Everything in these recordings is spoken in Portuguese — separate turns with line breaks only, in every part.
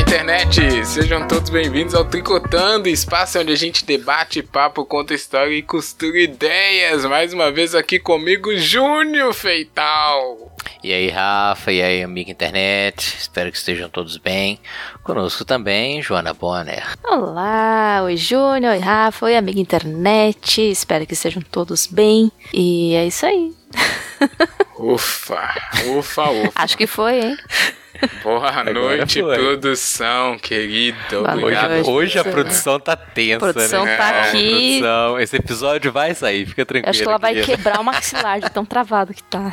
internet! Sejam todos bem-vindos ao Tricotando, espaço onde a gente debate, papo, conta história e costura ideias. Mais uma vez aqui comigo, Júnior Feital.
E aí, Rafa, e aí, amiga internet, espero que estejam todos bem. Conosco também, Joana Bonner.
Olá, oi Júnior, oi Rafa, oi amiga internet, espero que estejam todos bem. E é isso aí.
Ufa, ufa, ufa.
Acho que foi, hein?
Boa
Agora
noite,
foi.
produção, querido.
Boa
Hoje,
Obrigado.
noite.
hoje a
Produção.
produção tá tensa,
A produção
né?
tá
É,
aqui.
produção, esse episódio vai sair, fica tranquilo.
Acho que ela vai
querido.
quebrar o maxilar de tão travado que tá.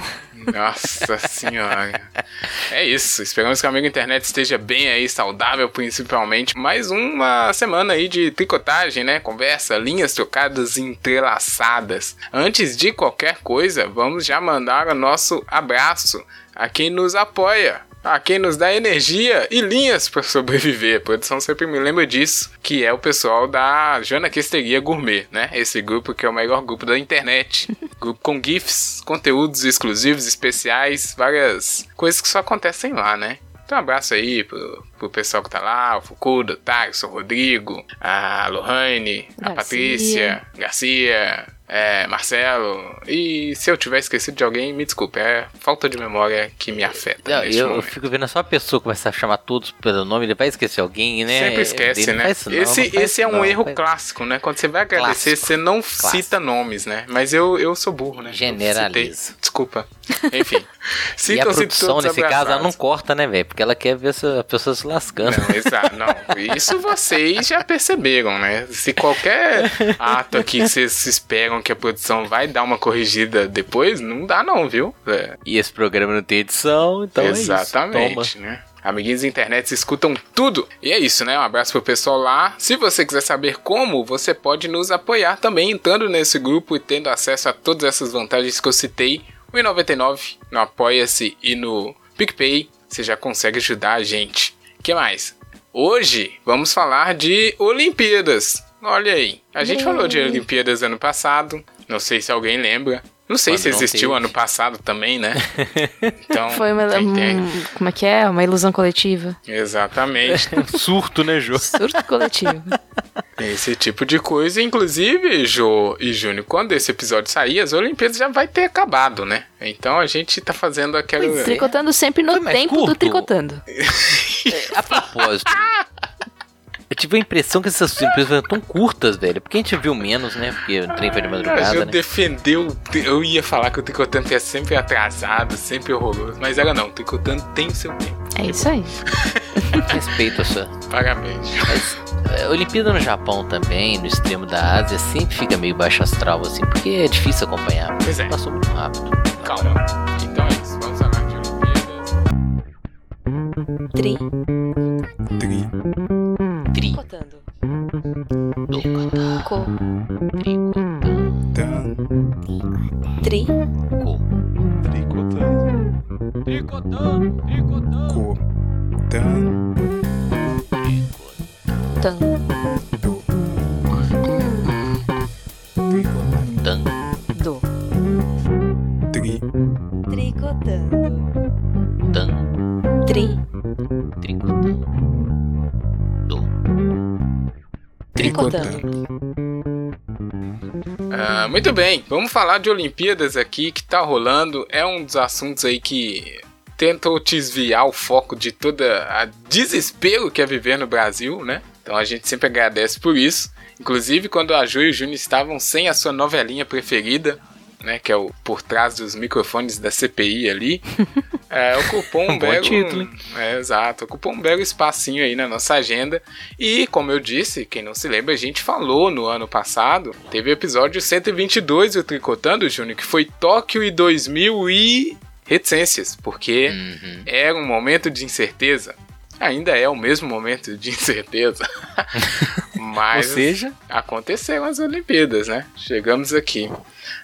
Nossa senhora. É isso. Esperamos que o amigo internet esteja bem aí, saudável principalmente. Mais uma semana aí de tricotagem, né? Conversa, linhas trocadas e entrelaçadas. Antes de qualquer coisa, vamos já mandar o nosso abraço a quem nos apoia. A quem nos dá energia e linhas para sobreviver. A produção sempre me lembra disso, que é o pessoal da Janaquisteria Gourmet, né? Esse grupo que é o melhor grupo da internet. Grupo com GIFs, conteúdos exclusivos, especiais, várias coisas que só acontecem lá, né? Então, um abraço aí pro, pro pessoal que tá lá, o Fukuda, o Tarso, o Rodrigo, a Lohane, a
Garcia.
Patrícia, Garcia, é, Marcelo. E se eu tiver esquecido de alguém, me desculpe, é falta de memória que me afeta.
Não,
neste
eu, eu
momento.
fico vendo só a pessoa começar a chamar todos pelo nome, ele vai esquecer alguém, né?
Sempre esquece,
Ele não
né?
faz isso não,
esse
não faz
esse é
isso
um
não,
erro
faz-
clássico, né? Quando você vai agradecer,
Clássico.
você não
Clássico.
cita nomes, né? Mas eu, eu sou burro, né? Eu
Generaliza.
citei. Desculpa. Enfim.
E a
Citam-se
produção,
todos
nesse caso, ela não
abraçados.
corta, né, velho? Porque ela quer ver se a pessoa se lascando.
Não, exato, não. Isso vocês já perceberam, né? Se qualquer ato aqui que vocês esperam que a produção vai dar uma corrigida depois, não dá não, viu? É,
E esse programa não tem edição, então é isso. Toma.
Exatamente, né? Amiguinhos da internet escutam tudo. E é isso, né? Um abraço pro pessoal lá. Se você quiser saber como, você pode nos apoiar também entrando nesse grupo e tendo acesso a todas essas vantagens que eu citei. Um O R$1,99 no Apoia-se e no PicPay. Você já consegue ajudar a gente. que mais? Hoje vamos falar de Olimpíadas. Olha aí. A gente falou de Olimpíadas ano passado. Não sei se alguém lembra. Não sei
Quando
se
não
existiu
teve.
ano passado também, né? Então,
Foi uma.
quem tem-
um- como é que é? Uma ilusão coletiva.
Exatamente.
Surto, né, Jô?
Surto coletivo.
Esse tipo de coisa, inclusive, Jô e Júnior, quando esse episódio sair, as Olimpíadas já vai ter acabado, né? Então a gente tá fazendo aquela.
Pois é.
Tricotando sempre no
Foi mais
tempo do
curto?
tricotando.
A propósito. Eu tive a impressão que essas empresas foram tão curtas, velho. Porque a gente viu menos, né? Porque o trem foi de
Mas eu
madrugada, né?
defendeu. Eu ia falar que o Tricotando é sempre atrasado, sempre horroroso. Mas ela não, o Tricotando tem o seu tempo.
É isso aí.
Respeito a sua.
Parabéns.
Mas é, Olimpíada no Japão também, no extremo da Ásia, sempre fica meio baixo astral, assim, porque é difícil acompanhar.
Pois é.
Passou muito rápido.
Calma. Então é isso. Vamos falar de Olimpíadas.
Tri.
Tri.
Tricotando.
Tricotando.
Co.
Então,
Tri.
então.
Tan. Do. Tricotando. Tri.
Tricotando.
Tricotando.
Ah, muito bem, vamos falar de Olimpíadas aqui que tá rolando. É um dos assuntos aí que tentou desviar o foco de toda a desespero que é viver no Brasil, né? Então a gente sempre agradece por isso. Inclusive quando a Ju e o Júnior estavam sem a sua novelinha preferida, né? Que é o por trás dos microfones da CPI ali. É, ocupou um,
Um bom
belo.
título, hein?
É, exato, ocupou um belo espacinho aí na nossa agenda. E, como eu disse, quem não se lembra, a gente falou no ano passado, teve o episódio 122 do Tricotando, Júnior, que foi Tóquio e 2000 e reticências, porque
Hum.
Uhum.
era um momento de incerteza. Ainda é o mesmo momento de incerteza.
Ou
Mas
seja,
aconteceram as Olimpíadas, né? Chegamos aqui.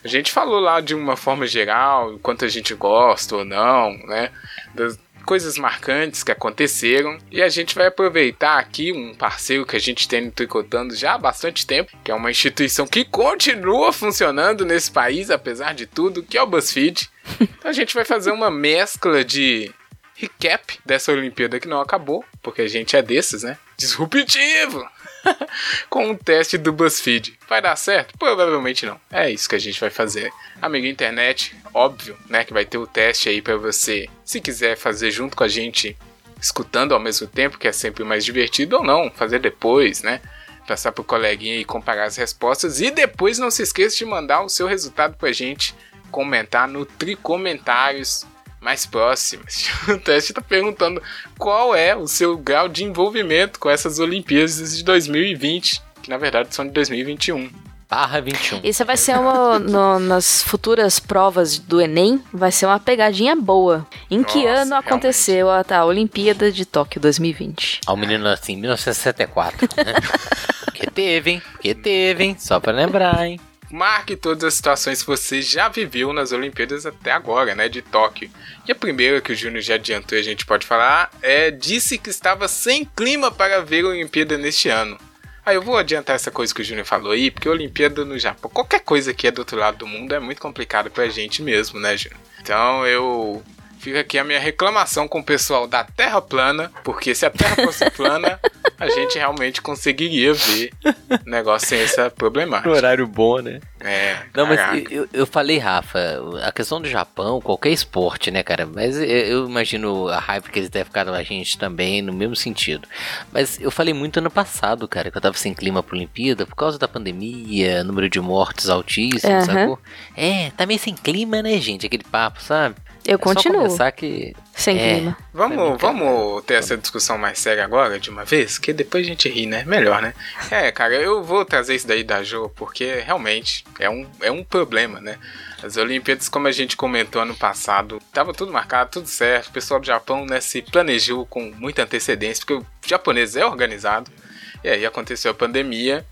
A gente falou lá de uma forma geral, o quanto a gente gosta ou não, né? Das coisas marcantes que aconteceram. E a gente vai aproveitar aqui um parceiro que a gente tem no Tricotando já há bastante tempo, que é uma instituição que continua funcionando nesse país, apesar de tudo, que é o BuzzFeed. Então a gente vai fazer uma mescla de recap dessa Olimpíada que não acabou, porque a gente é desses, né? Disruptivo! com um teste do BuzzFeed. Vai dar certo? Provavelmente não. É isso que a gente vai fazer. Amigo internet, óbvio, né, que vai ter o teste aí pra você, se quiser fazer junto com a gente, escutando ao mesmo tempo, que é sempre mais divertido ou não, fazer depois, né? Passar pro coleguinha e comparar as respostas e depois não se esqueça de mandar o seu resultado pra gente comentar no Tricomentários mais próximas. O teste está perguntando qual é o seu grau de envolvimento com essas Olimpíadas de 2020, que na verdade são de 2021.
Barra 21.
Isso vai ser uma. no- nas futuras provas do Enem, vai ser uma pegadinha boa. Em que
Nossa,
ano aconteceu a, tá, a Olimpíada de Tóquio 2020?
Ao menino assim, 1964. né? que teve, hein? Que teve, hein? Só pra lembrar, hein?
Marque todas as situações que você já viveu nas Olimpíadas até agora, né, de Tóquio. E a primeira que o Júnior já adiantou e a gente pode falar é: disse que estava sem clima para ver a Olimpíada neste ano. Aí eu vou adiantar essa coisa que o Júnior falou aí, porque a Olimpíada no Japão, qualquer coisa que é do outro lado do mundo é muito complicado pra gente mesmo, né, Júnior? Então eu. Fica aqui a minha reclamação com o pessoal da Terra plana, porque se a Terra fosse plana, a gente realmente conseguiria ver o negócio sem essa problemática.
horário bom, né?
É.
Não, mas
caraca.
eu- eu, eu falei, Rafa, a questão do Japão, qualquer esporte, né, cara? Mas eu, eu imagino a raiva que eles devem ficar da gente também, no mesmo sentido. Mas eu falei muito ano passado, cara, que eu tava sem clima pra Olimpíada por causa da pandemia, número de mortes altíssimo,
Aham.
sacou? É, tá meio sem clima, né, gente? Aquele papo, sabe?
Eu
É só
continuo
começar que
sem
é.
clima.
Pra
Vamos,
mim, cara,
vamos ter essa discussão mais séria agora, de uma vez, que depois a gente ri, né? Melhor, né? É, cara, eu vou trazer isso daí da Jo, porque realmente é um, é um problema, né? As Olimpíadas, como a gente comentou ano passado, tava tudo marcado, tudo certo. O pessoal do Japão né, se planejou com muita antecedência, porque o japonês é organizado. E aí aconteceu a pandemia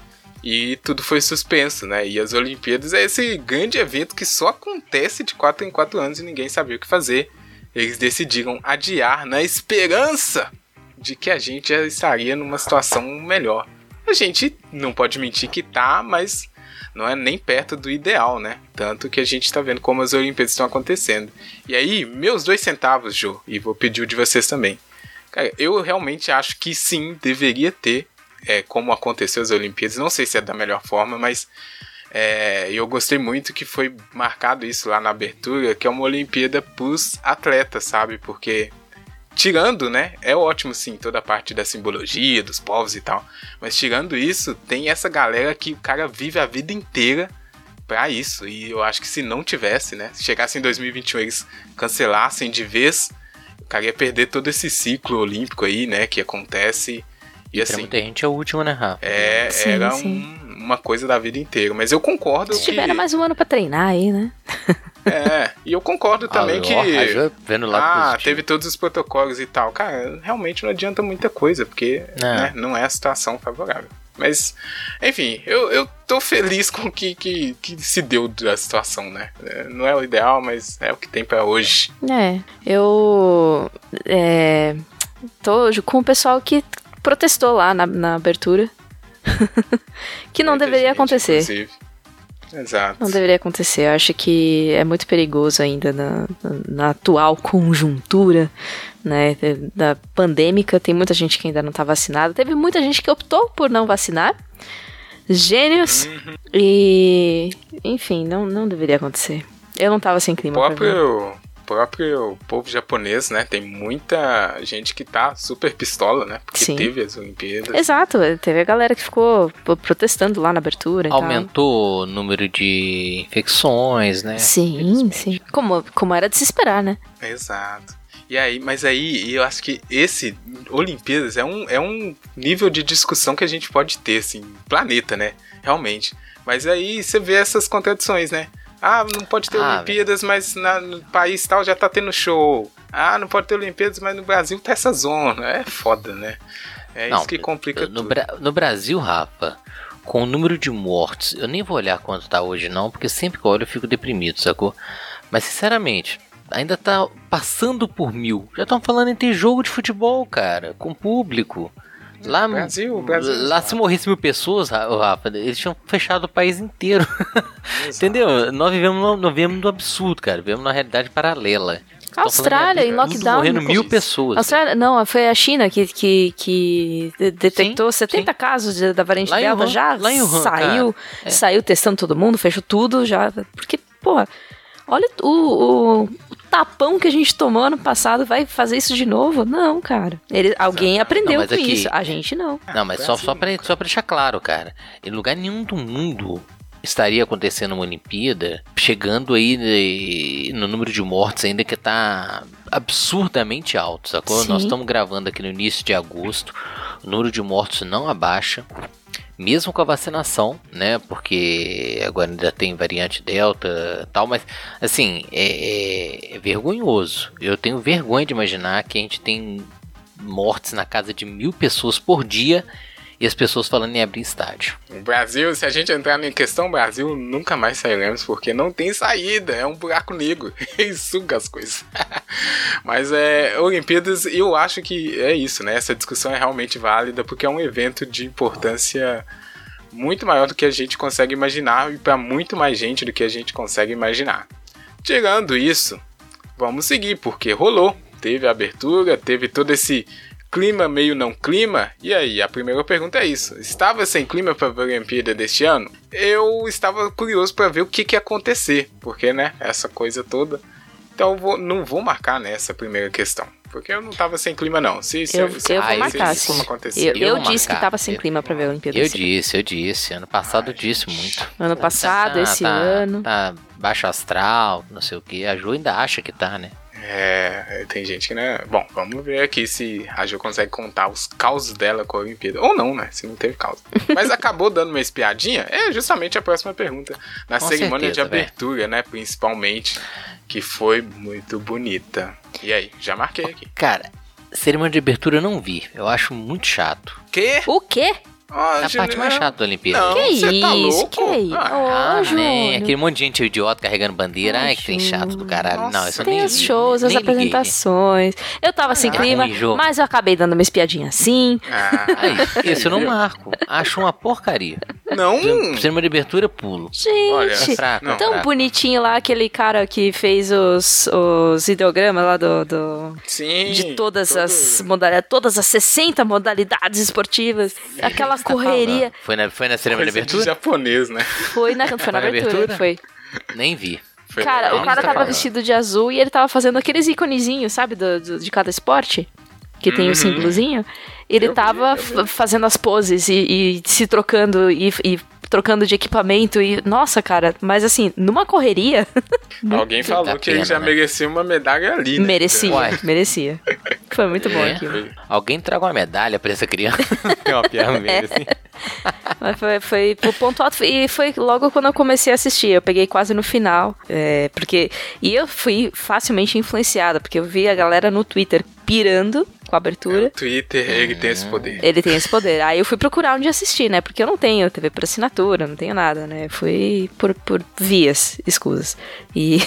e tudo foi suspenso, né? E as Olimpíadas é esse grande evento que só acontece de 4 em 4 anos e ninguém sabia o que fazer. Eles decidiram adiar na esperança de que a gente já estaria numa situação melhor. A gente não pode mentir que tá, mas não é nem perto do ideal, né? Tanto que a gente tá vendo como as Olimpíadas estão acontecendo. E aí, meus dois centavos, Ju, e vou pedir o de vocês também. Cara, eu realmente acho que sim, deveria ter, é, como aconteceu as Olimpíadas. Não sei se é da melhor forma, mas é, eu gostei muito que foi marcado isso lá na abertura, que é uma Olimpíada pros atletas, sabe? Porque tirando, né? É ótimo sim toda a parte da simbologia, dos povos e tal. Mas tirando isso, tem essa galera que o cara vive a vida inteira pra isso. E eu acho que se não tivesse, né? Se chegasse em 2021 eles cancelassem de vez, o cara ia perder todo esse ciclo olímpico aí, né? Que acontece. E
pra
assim,
muita gente é o último, né, Rafa?
é,
Sim,
era
sim.
um- uma coisa da vida inteira. Mas eu concordo
Se
que...
tiver mais um ano pra treinar aí, né?
É, e eu concordo também
Ah,
que.
ó, a Jo vendo lá
Ah, teve todos os protocolos e tal. Cara, realmente não adianta muita coisa, porque
É.
né, não é a situação favorável. Mas, enfim, eu, eu tô feliz com o que, que, que se deu da situação, né? É, Não é o ideal, mas é o que tem pra hoje.
É, eu é, tô ju- com o pessoal que protestou lá na, na abertura. que não
Muita
deveria
gente,
acontecer.
Inclusive. Exato.
Não deveria acontecer. Eu acho que é muito perigoso ainda na, na atual conjuntura, né? Da pandêmica. Tem muita gente que ainda não tá vacinada. Teve muita gente que optou por não vacinar. Gênios.
Uhum.
E. Enfim, não, não deveria acontecer. Eu não tava sem
O
clima. pra ver.
próprio, próprio povo japonês, né? Tem muita gente que tá super pistola, né? Porque
Sim. É.
teve as
é-
Olimpíadas.
Exato, teve a galera que ficou p- protestando lá na abertura. e tal.
Aumentou o número de infecções, né?
Sim, sim. Como, como era de se esperar, né?
Exato. E aí, mas aí eu acho que esse Olimpíadas é um, é um nível de discussão que a gente pode ter, assim, planeta, né? Realmente. Mas aí você vê essas contradições, né? Ah, não pode ter
Ah,
Olimpíadas, mas na- no país tal já tá tendo show. Ah, não pode ter Olimpíadas, mas no Brasil tá essa zona. É foda, né? É
Não,
isso que complica
no,
tudo.
Bra- no Brasil, Rafa, com o número de mortes, eu nem vou olhar quanto tá hoje não, porque sempre que eu olho eu fico deprimido, sacou? Mas sinceramente, ainda tá passando por mil. Já estão falando em ter jogo de futebol, cara, com público. Lá,
Brasil, Brasil.
Hum, lá se morresse mil pessoas, Ra- ô, Rafa, eles tinham fechado o país inteiro.
Exato.
Entendeu? Nós vivemos, no- nós vivemos no absurdo, cara. Vivemos numa realidade paralela.
A Austrália em
Tudo
lockdown.
morrendo
com-
mil pessoas. tá
Austrália, não, foi a China que, que, que de- detectou
Sim,
70 casos de- da variante
Lá em
Delta
Wuhan,
já,
lá em Wuhan, É.
saiu, saiu testando todo mundo, fechou tudo já, porque, porra, olha o, o- o tapão que a gente tomou ano passado, vai fazer isso de novo? Não, cara. Ele, alguém aprendeu
mas
com
é que-
isso, a gente não.
Não, mas
foi
só,
assim,
só, pra, só pra deixar claro, cara. Em lugar nenhum do mundo estaria acontecendo uma Olimpíada chegando aí de- no número de mortes ainda que tá absurdamente alto, sacou?
Sim.
Nós estamos gravando aqui no início de agosto, o número de mortos não abaixa. Mesmo com a vacinação, né? Porque agora ainda tem variante Delta e tal, mas assim, é, é- é vergonhoso. Eu tenho vergonha de imaginar que a gente tem mortes na casa de mil pessoas por dia e as pessoas falando em abrir estádio.
O Brasil, se a gente entrar em questão Brasil, nunca mais sairemos, porque não tem saída, é um buraco negro e suga as coisas. Mas é, Olimpíadas, eu acho que é isso, né? Essa discussão é realmente válida, porque é um evento de importância muito maior do que a gente consegue imaginar e para muito mais gente do que a gente consegue imaginar. Tirando isso, vamos seguir, porque rolou. Teve a abertura, teve todo esse clima meio não clima. E aí, a primeira pergunta é isso. Estava sem clima para a Olimpíada deste ano? Eu estava curioso para ver o que, que ia acontecer, porque, né, essa coisa toda. Então eu vou- não vou marcar nessa primeira questão, porque eu não estava sem clima não. Se, se,
Eu-
se-
eu
vou
se-
marcar,
se
sim.
como acontecer.
Eu,
Eu
eu
vou
disse que
marcar.
tava sem clima pra ver a Olimpíada.
Eu
esse
disse, eu disse. Ano passado eu disse muito.
Ano passado,
Tá-
esse
tá-
ano.
Tá baixo astral, não sei o que. A Ju ainda acha que tá, né?
É, tem gente que, né? Bom, vamos ver aqui se a Ju consegue contar os causos dela com a Olimpíada. Ou não, né? Se não teve causa. Mas acabou dando uma espiadinha? É justamente a próxima pergunta. Na
Com
cerimônia
certeza,
de abertura, né? Principalmente, que foi muito bonita. E aí, já marquei aqui.
Cara, cerimônia de abertura eu não vi. Eu acho muito chato.
Que?
O quê?
Ah,
É a parte mais chata da Olimpíada.
Não,
Que
você tá
isso?
louco?
Que isso?
Ah,
Ah,
Ô,
né?
Júnior.
Aquele monte de gente idiota carregando bandeira.
Ai,
Ai, que tem
Júnior.
chato do caralho. não,
Nossa,
isso eu
Tem
nem
os
vi,
shows,
né? nem
as
liguei.
apresentações. Eu tava sem
Ah,
clima,
ruim, Jô.
mas eu acabei dando uma espiadinha assim.
Ah,
Aí, isso eu não marco. Acho uma porcaria.
não!
Cinema de abertura, pulo.
Gente,
Olha, é
fraco,
não.
tão
fraco.
bonitinho lá aquele cara que fez os, os ideogramas lá do, do-
Sim!
de todas
todo-
as modalidades, todas as 60 modalidades esportivas. Aquela correria.
Foi na, foi na cerimônia
Coisa
de
de
abertura?
japonês, né?
Foi na, foi na
na
abertura,
abertura?
foi.
Nem vi.
Foi
cara,
legal,
o cara
né?
tava vestido de azul e ele tava fazendo aqueles iconezinhos, sabe, do- do- de cada esporte? Que tem
Uhum.
o símbolozinho. Ele
Eu vi,
tava
eu vi.
fa- fazendo as poses e, e se trocando e, e trocando de equipamento. e Nossa, cara, mas assim, numa correria,
Alguém falou
Muita
que ele
pena,
já
né?
merecia uma medalha ali, né?
merecia,
Uai.
merecia. Foi muito bom
É.
aquilo.
Foi-
Alguém traga uma medalha pra essa criança.
Tem uma
É.
piada meio assim.
Mas foi, foi o ponto alto. E foi logo quando eu comecei a assistir. Eu peguei quase no final. é, porque. E eu fui facilmente influenciada, porque eu vi a galera no Twitter pirando com a abertura.
É, O Twitter, ele tem esse poder.
Ele tem esse poder. Aí eu fui procurar onde assistir, né? Porque eu não tenho TV por assinatura, não tenho nada, né? Eu Fui por, por vias, escusas. E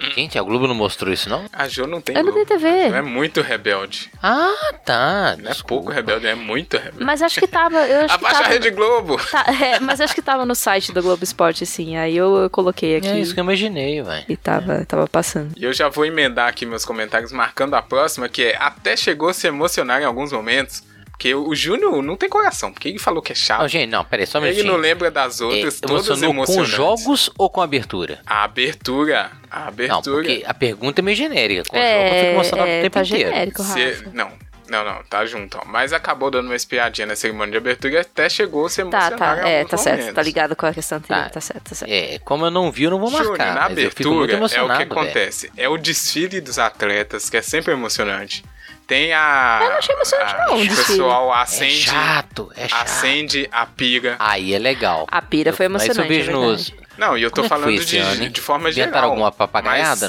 Hum. Gente, a Globo não mostrou isso, não?
A Jo não tem
eu não tenho
Globo. Não é
TV.
muito rebelde.
Ah, tá.
Não é
desculpa.
pouco rebelde, é muito rebelde.
Mas acho que tava. Eu acho que
Abaixa a
tava
Rede Globo!
tá- é, mas acho que tava no site do Globo Esporte, sim. Aí eu, eu coloquei aqui
É isso que eu imaginei, velho.
e tava, tava passando.
E eu já vou emendar aqui meus comentários, marcando a próxima, que é até chegou a se emocionar em alguns momentos. Porque o Júnior não tem coração, porque ele falou que é chato.
Não,
Ah,
gente, não, peraí, só um
ele
minutinho.
não lembra das
É,
outras, todas
emocionou com
emocionantes.
jogos ou com abertura?
A abertura. A
Não,
abertura.
porque a pergunta é meio genérica. Com jogo eu
é,
fico emocionado o
é,
tempo
tá
inteiro.
genérico,
Se- é,
Rafa.
Não, não, não, tá junto, ó. Mas acabou dando uma espiadinha na cerimônia de abertura e até chegou a se
Tá,
emocionar.
tá,
em
é,
alguns
tá certo.
momentos.
Tá ligado com a questão anterior, tá,
Tá.
certo, tá certo.
É, como eu não vi, eu não vou
Júnior,
marcar.
na
mas eu fico muito
abertura é o
emocionado,
que
velho.
acontece. É o desfile dos atletas, que é sempre emocionante. Tem a.
Eu não achei emocionante,
a-
não, o
O
desfile.
pessoal
É
acende,
chato, é chato.
acende a pira.
Aí é legal.
A pira foi
Mas isso eu
emocionante.
vejo
é
nos...
verdade.
Não, e eu tô
Como é que foi
falando
esse
de,
ano, hein?
de forma
Inventaram
geral.
alguma papagaiada,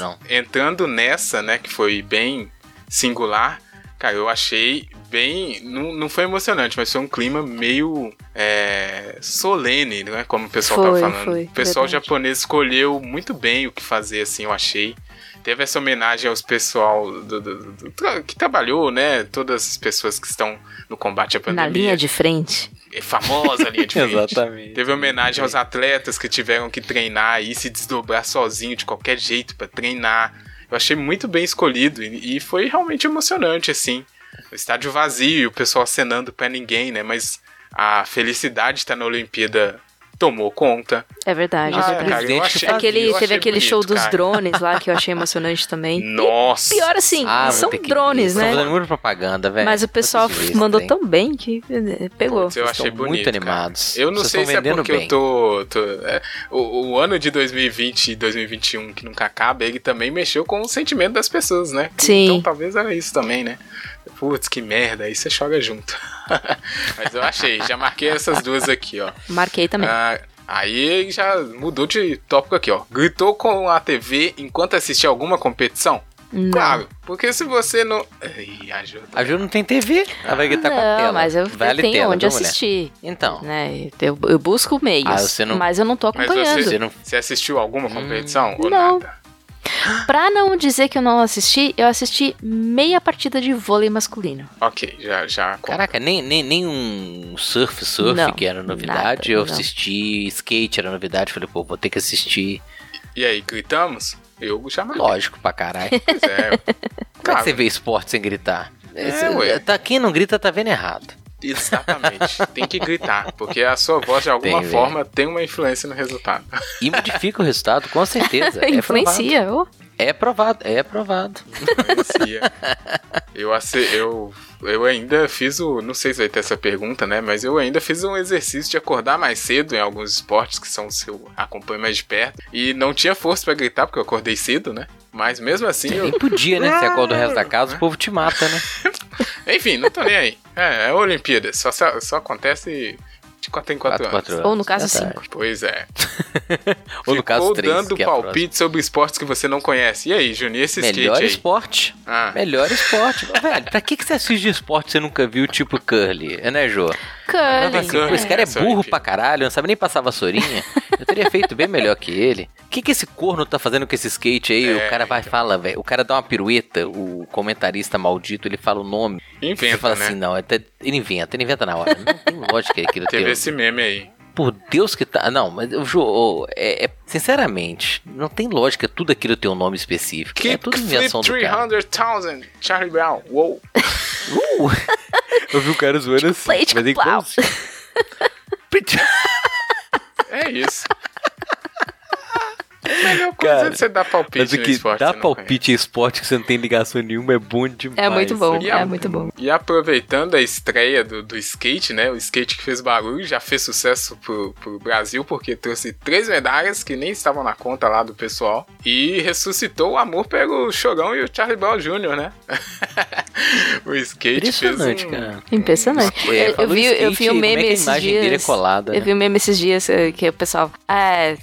Mas
não?
Entrando nessa, né, que foi bem singular, cara, eu achei bem. Não, não foi emocionante, mas foi um clima meio é, solene, não é? Como o pessoal
Foi,
tava falando.
foi,
o pessoal
verdade.
japonês escolheu muito bem o que fazer, assim, eu achei. Teve essa homenagem aos pessoal do- do- do- do- tra- que trabalhou, né? Todas as pessoas que estão no combate à pandemia. É
Na linha de frente.
Famosa linha de frente.
Exatamente.
Teve homenagem aos atletas que tiveram que treinar e se desdobrar sozinho de qualquer jeito pra treinar. Eu achei muito bem escolhido e e foi realmente emocionante, assim. O estádio vazio, o pessoal acenando pra ninguém, né? Mas a felicidade tá na Olimpíada tomou conta.
É verdade,
Ah,
é
cara, eu
verdade.
Presidente que
achei-
fazia,
Aquele,
eu
teve
achei
aquele
bonito,
show dos
cara.
drones lá que eu achei emocionante também. E
Nossa!
pior assim,
vou
são
ter Ah, que-
drones,
Estão
né?
fazendo muita propaganda, velho.
Mas o pessoal
Vocês viram isso,
mandou
hein?
tão bem que eh, pegou.
Putz, eu
Vocês
achei
estão
bonito,
muito
cara.
animados.
Eu não
Vocês
sei
estão
se é
vendendo
porque
bem.
eu tô. tô- é, o, o ano de 2020 e 2021 que nunca acaba, ele também mexeu com o sentimento das pessoas, né?
Sim.
Então talvez era isso também, né? Putz, que merda, aí você chora junto. Mas eu achei, já marquei essas duas aqui, ó.
Marquei também.
Ah, aí já mudou de tópico aqui, ó. Gritou com a TV enquanto assistia alguma competição?
Não.
Claro, porque se você não. Ai, ajuda.
A Ju não tem TV. Ela vai gritar com a tela.
Não, mas eu
Vale
tenho
tela,
onde
viu, mulher?
assistir.
Então,
Né? Eu, eu busco meios,
Ah, você não-
mas eu não tô
Mas
acompanhando.
você não...
Você assistiu alguma competição? ou
não.
nada?
Pra não dizer que eu não assisti, eu assisti meia partida de vôlei masculino.
Ok, já, já
Caraca, nem, nem, nem um surf, surf
Não,
que era
nada,
novidade. eu
não.
assisti skate, era novidade. Falei, pô, vou ter que assistir.
E aí, gritamos? Eu já
Hum.
marquei.
Lógico, pra caralho. Como
Pois é.
é que você
Cara,
vê esporte sem gritar? Esse-
É, ué.
tá, quem não grita tá vendo errado.
exatamente. Tem que gritar, porque a sua voz, de alguma
Tem, velho.
forma, tem uma influência no resultado.
E modifica o resultado, com certeza. É provado.
Influencia. ô.
É provado, é provado.
Influencia. Eu, ace- eu, eu ainda fiz o. Não sei se vai ter essa pergunta, né? Mas eu ainda fiz um exercício de acordar mais cedo em alguns esportes que são os que eu acompanho mais de perto. E não tinha força pra gritar, porque eu acordei cedo, né? Mas mesmo assim, eu
Nem podia, né? Se acorda o resto da casa, o povo te mata, né?
Enfim, não tô nem aí. É, é Olimpíada. Só, só, só acontece de 4 em 4
Quatro,
anos.
quatro
Ou no caso,
Verdade.
cinco.
Pois é.
Ou no caso,
Ficou
três,
dando
que é a
palpite sobre esportes que você não conhece. E aí, Juninho, esse
Melhor
skate aí?
esporte.
Ah,
Melhor esporte. Velho, pra que, que você assiste de esporte que você nunca viu, tipo curly? É, né, Jô? Mas assim,
Curling.
curling.
pô, esse cara é
Essa
burro
aí,
pra caralho, não sabe nem passar vassourinha. Eu teria feito bem melhor que ele. O que, que esse corno tá fazendo com esse skate aí?
É,
o cara vai e fala, velho. O cara dá uma pirueta, o comentarista maldito, ele fala o nome.
inventa,
você fala
né?
assim, não, é até- ele inventa, ele inventa na hora. Não tem um lógica aquilo
Teve
teu.
esse meme aí.
Por Deus que tá. Não, mas o Jô, é, é- sinceramente, não tem lógica tudo aquilo ter um nome específico. é tudo invenção do cara.
300,000, Charlie Brown. Uou.
Uh!
Eu vi o cara zoando assim.
play, tipo,
mas é igual-
É isso. A melhor coisa
Cara,
é você dar palpite
Mas o
no
que
esporte.
um dá
que você não conhece.
palpite em esporte que você não tem ligação nenhuma é bom demais. um
É muito bom,
E
é
a-
muito bom.
E aproveitando a estreia do, do skate, né? O skate que fez barulho já fez sucesso pro, pro Brasil, porque trouxe três medalhas que nem estavam na conta lá do pessoal. E ressuscitou o amor pelo Chorão e o Charlie Brown Jr., né? o skate fez
Impressionante,
assim.
um...
cara.
Impressionante.
É,
eu, eu
falou
vi,
de
eu
skate,
vi um
como é
meme
que a
esses
imagem
dias.
dele é colada,
eu
né?
vi um meme esses dias eh, que o pessoal. Ah,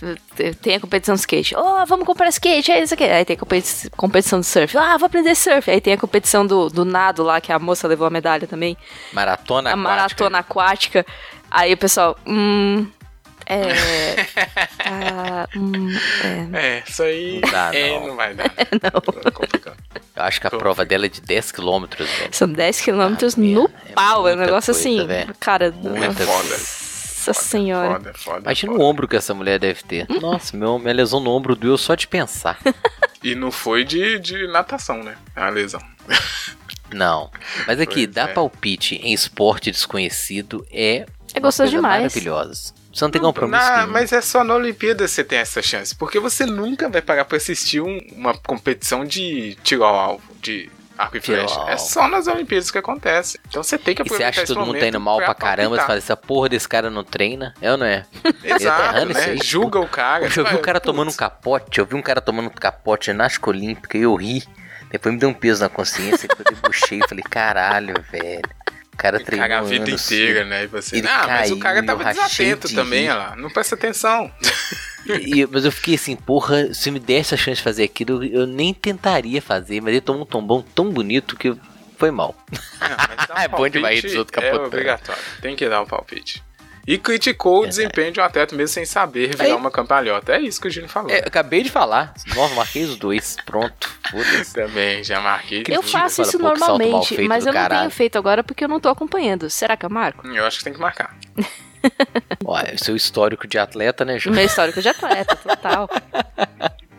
tem a competição de skate. Oh, vamos comprar skate, é isso aqui. Aí tem a competi- competição de surf. Ah, vou aprender surf. Aí tem a competição do, do nado lá, que a moça levou a medalha também.
Maratona
a
aquática.
maratona aquática. Aí o pessoal. Hum. É. ah, hum, é.
É, isso aí
Não dá,
é,
não.
não vai dar.
Não.
Tá complicado.
Eu acho que a prova dela é de 10 km, velho.
São 10 quilômetros
Ah,
no
é
pau. É um
muita
negócio
coisa,
assim.
velho.
Cara,
Muita
nossa
coisa.
senhora.
Foda, foda.
Imagina
foda.
o ombro que essa mulher deve ter.
Hum?
Nossa, meu, minha lesão no ombro doeu só de pensar. um
E não foi de, de natação, né? A lesão.
Não. Mas aqui,
Pois
dar
é.
palpite em esporte desconhecido é.
É gostoso demais.
Maravilhoso. Você não tem compromisso.
Na-
nenhum.
mas é só na Olimpíada que você tem essa chance. Porque você nunca vai pagar pra assistir um- uma competição de tiro ao alvo, de arco e
Tiro ao
flecha.
alvo.
É só nas Olimpíadas que acontece. Então você tem que
E você
aproveitar
acha que
esse
todo mundo tá
momento
indo mal pra caramba? Você fala,
palpitar.
essa porra desse cara não treina? É ou não é?
Exato,
errando isso
né?
aí?
Julga o cara.
Hoje eu vi
Vai,
um cara
putz,
tomando um capote, eu vi um cara tomando um capote ginástica olímpica e eu ri. Depois me deu um peso na consciência, depois eu debuchei e falei, caralho, velho. O cara treinou
Caga a vida
anos,
inteira, né? E você,
Ele
ah, mas o cara
caiu,
tava
rachei
desatento
de
também,
rir.
olha lá. Não presta atenção.
E- e- mas eu fiquei assim, porra, se me desse a chance de fazer aquilo, eu eu nem tentaria fazer, mas ele tomou um tombão tão bonito que eu- foi mal.
Não, mas dar
É bom demais
palpite
dos outros
É
capotando.
obrigatório. Tem que dar um palpite. E criticou o desempenho de um atleta mesmo sem saber revelar
Aí-
uma cambalhota. É isso que o Gino falou.
É, eu acabei de falar. Nova, marquei os dois. Pronto. Foda-se.
Também, já marquei. Hum,
Eu
tudo.
faço
fala,
isso
pô, que salto mal
normalmente,
feito
mas
do
eu não tenho
caralho.
feito agora porque eu não tô acompanhando. Será que eu marco?
Hum, Eu acho que tem que marcar.
Ó, é o seu histórico de atleta, né, Ju?
tá, é, Meu histórico de atleta, total.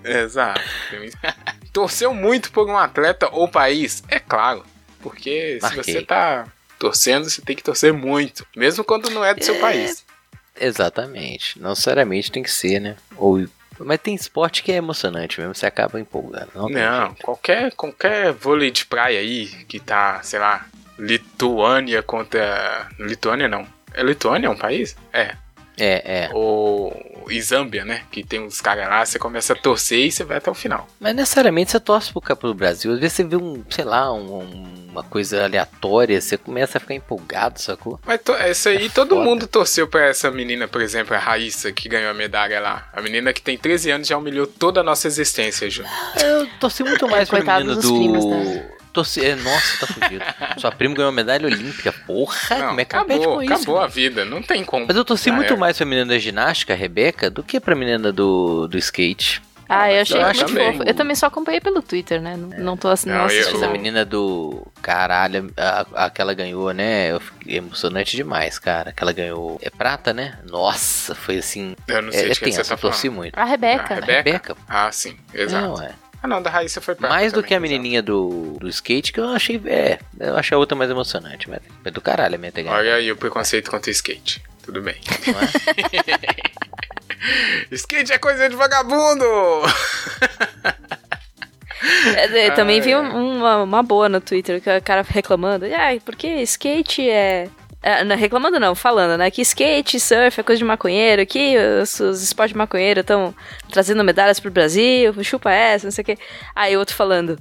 Exato. Tem- Torceu muito por um atleta ou país? É claro. Porque se
Marquei.
você tá torcendo, você tem que torcer muito. Mesmo quando não é do seu país.
Exatamente. Não necessariamente tem que ser, né? Ou... Mas tem esporte que é emocionante mesmo, você acaba empolgando. Não, tem
Não,
jeito.
qualquer, qualquer vôlei de praia aí que tá, sei lá, Lituânia contra. Lituânia não. É Lituânia é um país? É.
É, é.
Ou e Zâmbia, né? Que tem uns caras lá, você começa a torcer e você vai até o final.
Mas necessariamente você torce pro, ca- pro Brasil. Às vezes você vê um, sei lá, um- uma coisa aleatória, você começa a ficar empolgado, sacou?
Mas to- essa aí
É
todo
foda.
mundo torceu pra essa menina, por exemplo, a Raíssa, que ganhou a medalha lá. A menina que tem 13 anos já humilhou toda a nossa existência, Ju.
É, Eu torci muito mais pra
coitado
menina
dos
do.
primos dela.
Torci... é, Nossa, tá fudido. Sua prima ganhou uma medalha olímpica, porra.
Não,
como é que compete
acabou,
com isso?
acabou
cara?
a vida, não tem como.
Mas eu torci
Já
muito
era.
mais pra menina da ginástica, a Rebeca, do que pra menina do, do skate.
Ah, eu
eu
achei
acho
muito
também.
fofo. Eu também só acompanhei pelo Twitter, né? Não, não tô assim, não,
Não, eu-
assisti
Essa
também.
menina do. Caralho, a- aquela ganhou, né? Eu fiquei emocionante demais, cara. Aquela ganhou. É prata, né? Nossa, foi assim.
Eu não
É,
sei
é
de quem
tenso,
você tá
eu torci
falando.
muito.
A Rebeca.
Ah,
né?
Rebeca.
Rebeca,
Ah, sim, exato.
não, é.
Ah, não, da Raíssa foi pra
Mais do que a menininha do, do skate, que eu achei. É, eu achei a outra mais emocionante, mas é do caralho a minha ter ganhado.
Olha aí o preconceito contra o skate. Tudo bem.
não é?
skate é coisa de vagabundo!
É, de-
Ah,
também vi
é.
um- uma, uma boa no Twitter, que o cara reclamando. Ai, porque skate é. é, não, reclamando não, falando, né? Que skate, surf é coisa de maconheiro, que os, os esportes de maconheiro estão trazendo medalhas pro Brasil, chupa essa, não sei o quê. Aí o outro falando.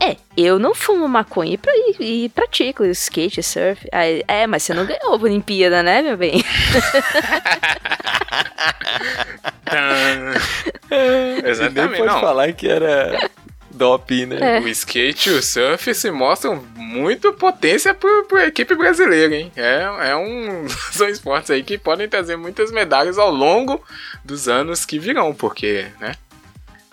É, eu não fumo maconha e, pra- e- e pratico skate, surf. Aí, é, mas você não ganhou a Olimpíada, né, meu bem?
Tã. Exatamente,
pode
não.
falar que era doping, né?
É.
O skate e o surf se mostram muito potência para a equipe brasileira, hein? É, é um, são esportes aí que podem trazer muitas medalhas ao longo dos anos que virão, porque, né?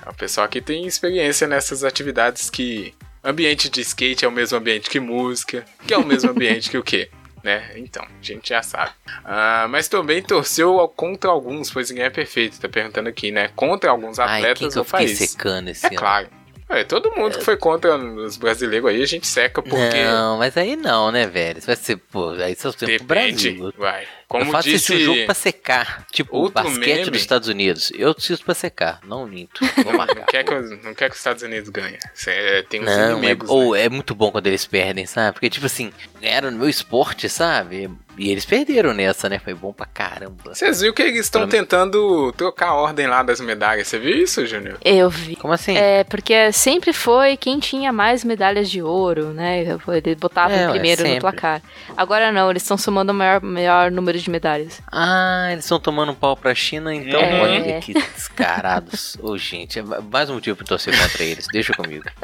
É o pessoal que tem experiência nessas atividades que. Ambiente de skate é o mesmo ambiente que música, que é o mesmo ambiente que o quê? Né? Então, a gente já sabe. Ah, mas também torceu ao- contra alguns, pois ninguém é perfeito, tá perguntando aqui, né? Contra alguns
Ai, quem
atletas
que eu
ou
fiquei
país.
secando esse
É
ano?
claro. É, todo mundo que foi contra os brasileiros aí, a gente seca porque
Não, mas aí não, né, velho? Isso vai ser, pô, aí só tem pro
depende.
Brasil.
Vai.
eu
Como
faço
disse.
esse jogo pra secar. Tipo, o
outro
basquete
meme.
dos Estados Unidos. Eu preciso pra secar, não minto. Vou
Não,
marcar.
quer que, os- não quer que os Estados Unidos ganhem. Cê- é, tem uns
Não, é,
inimigos. né?
ou é muito bom quando eles perdem, sabe? Porque, tipo assim, ganharam no meu esporte, sabe? E eles perderam nessa, né? Foi bom pra caramba.
Vocês viram que eles estão
Pra mim-
tentando trocar a ordem lá das medalhas. Você viu isso, Júnior?
Eu vi.
Como assim?
É, porque sempre foi quem tinha mais medalhas de ouro, né? Eles botavam
É, ué,
primeiro no
sempre.
placar. Agora não, eles estão somando o maior, maior número de medalhas.
Ah, eles estão tomando um pau pra China, então
É.
olha que descarados. Ô, gente, é mais um motivo pra eu torcer contra eles. Deixa comigo.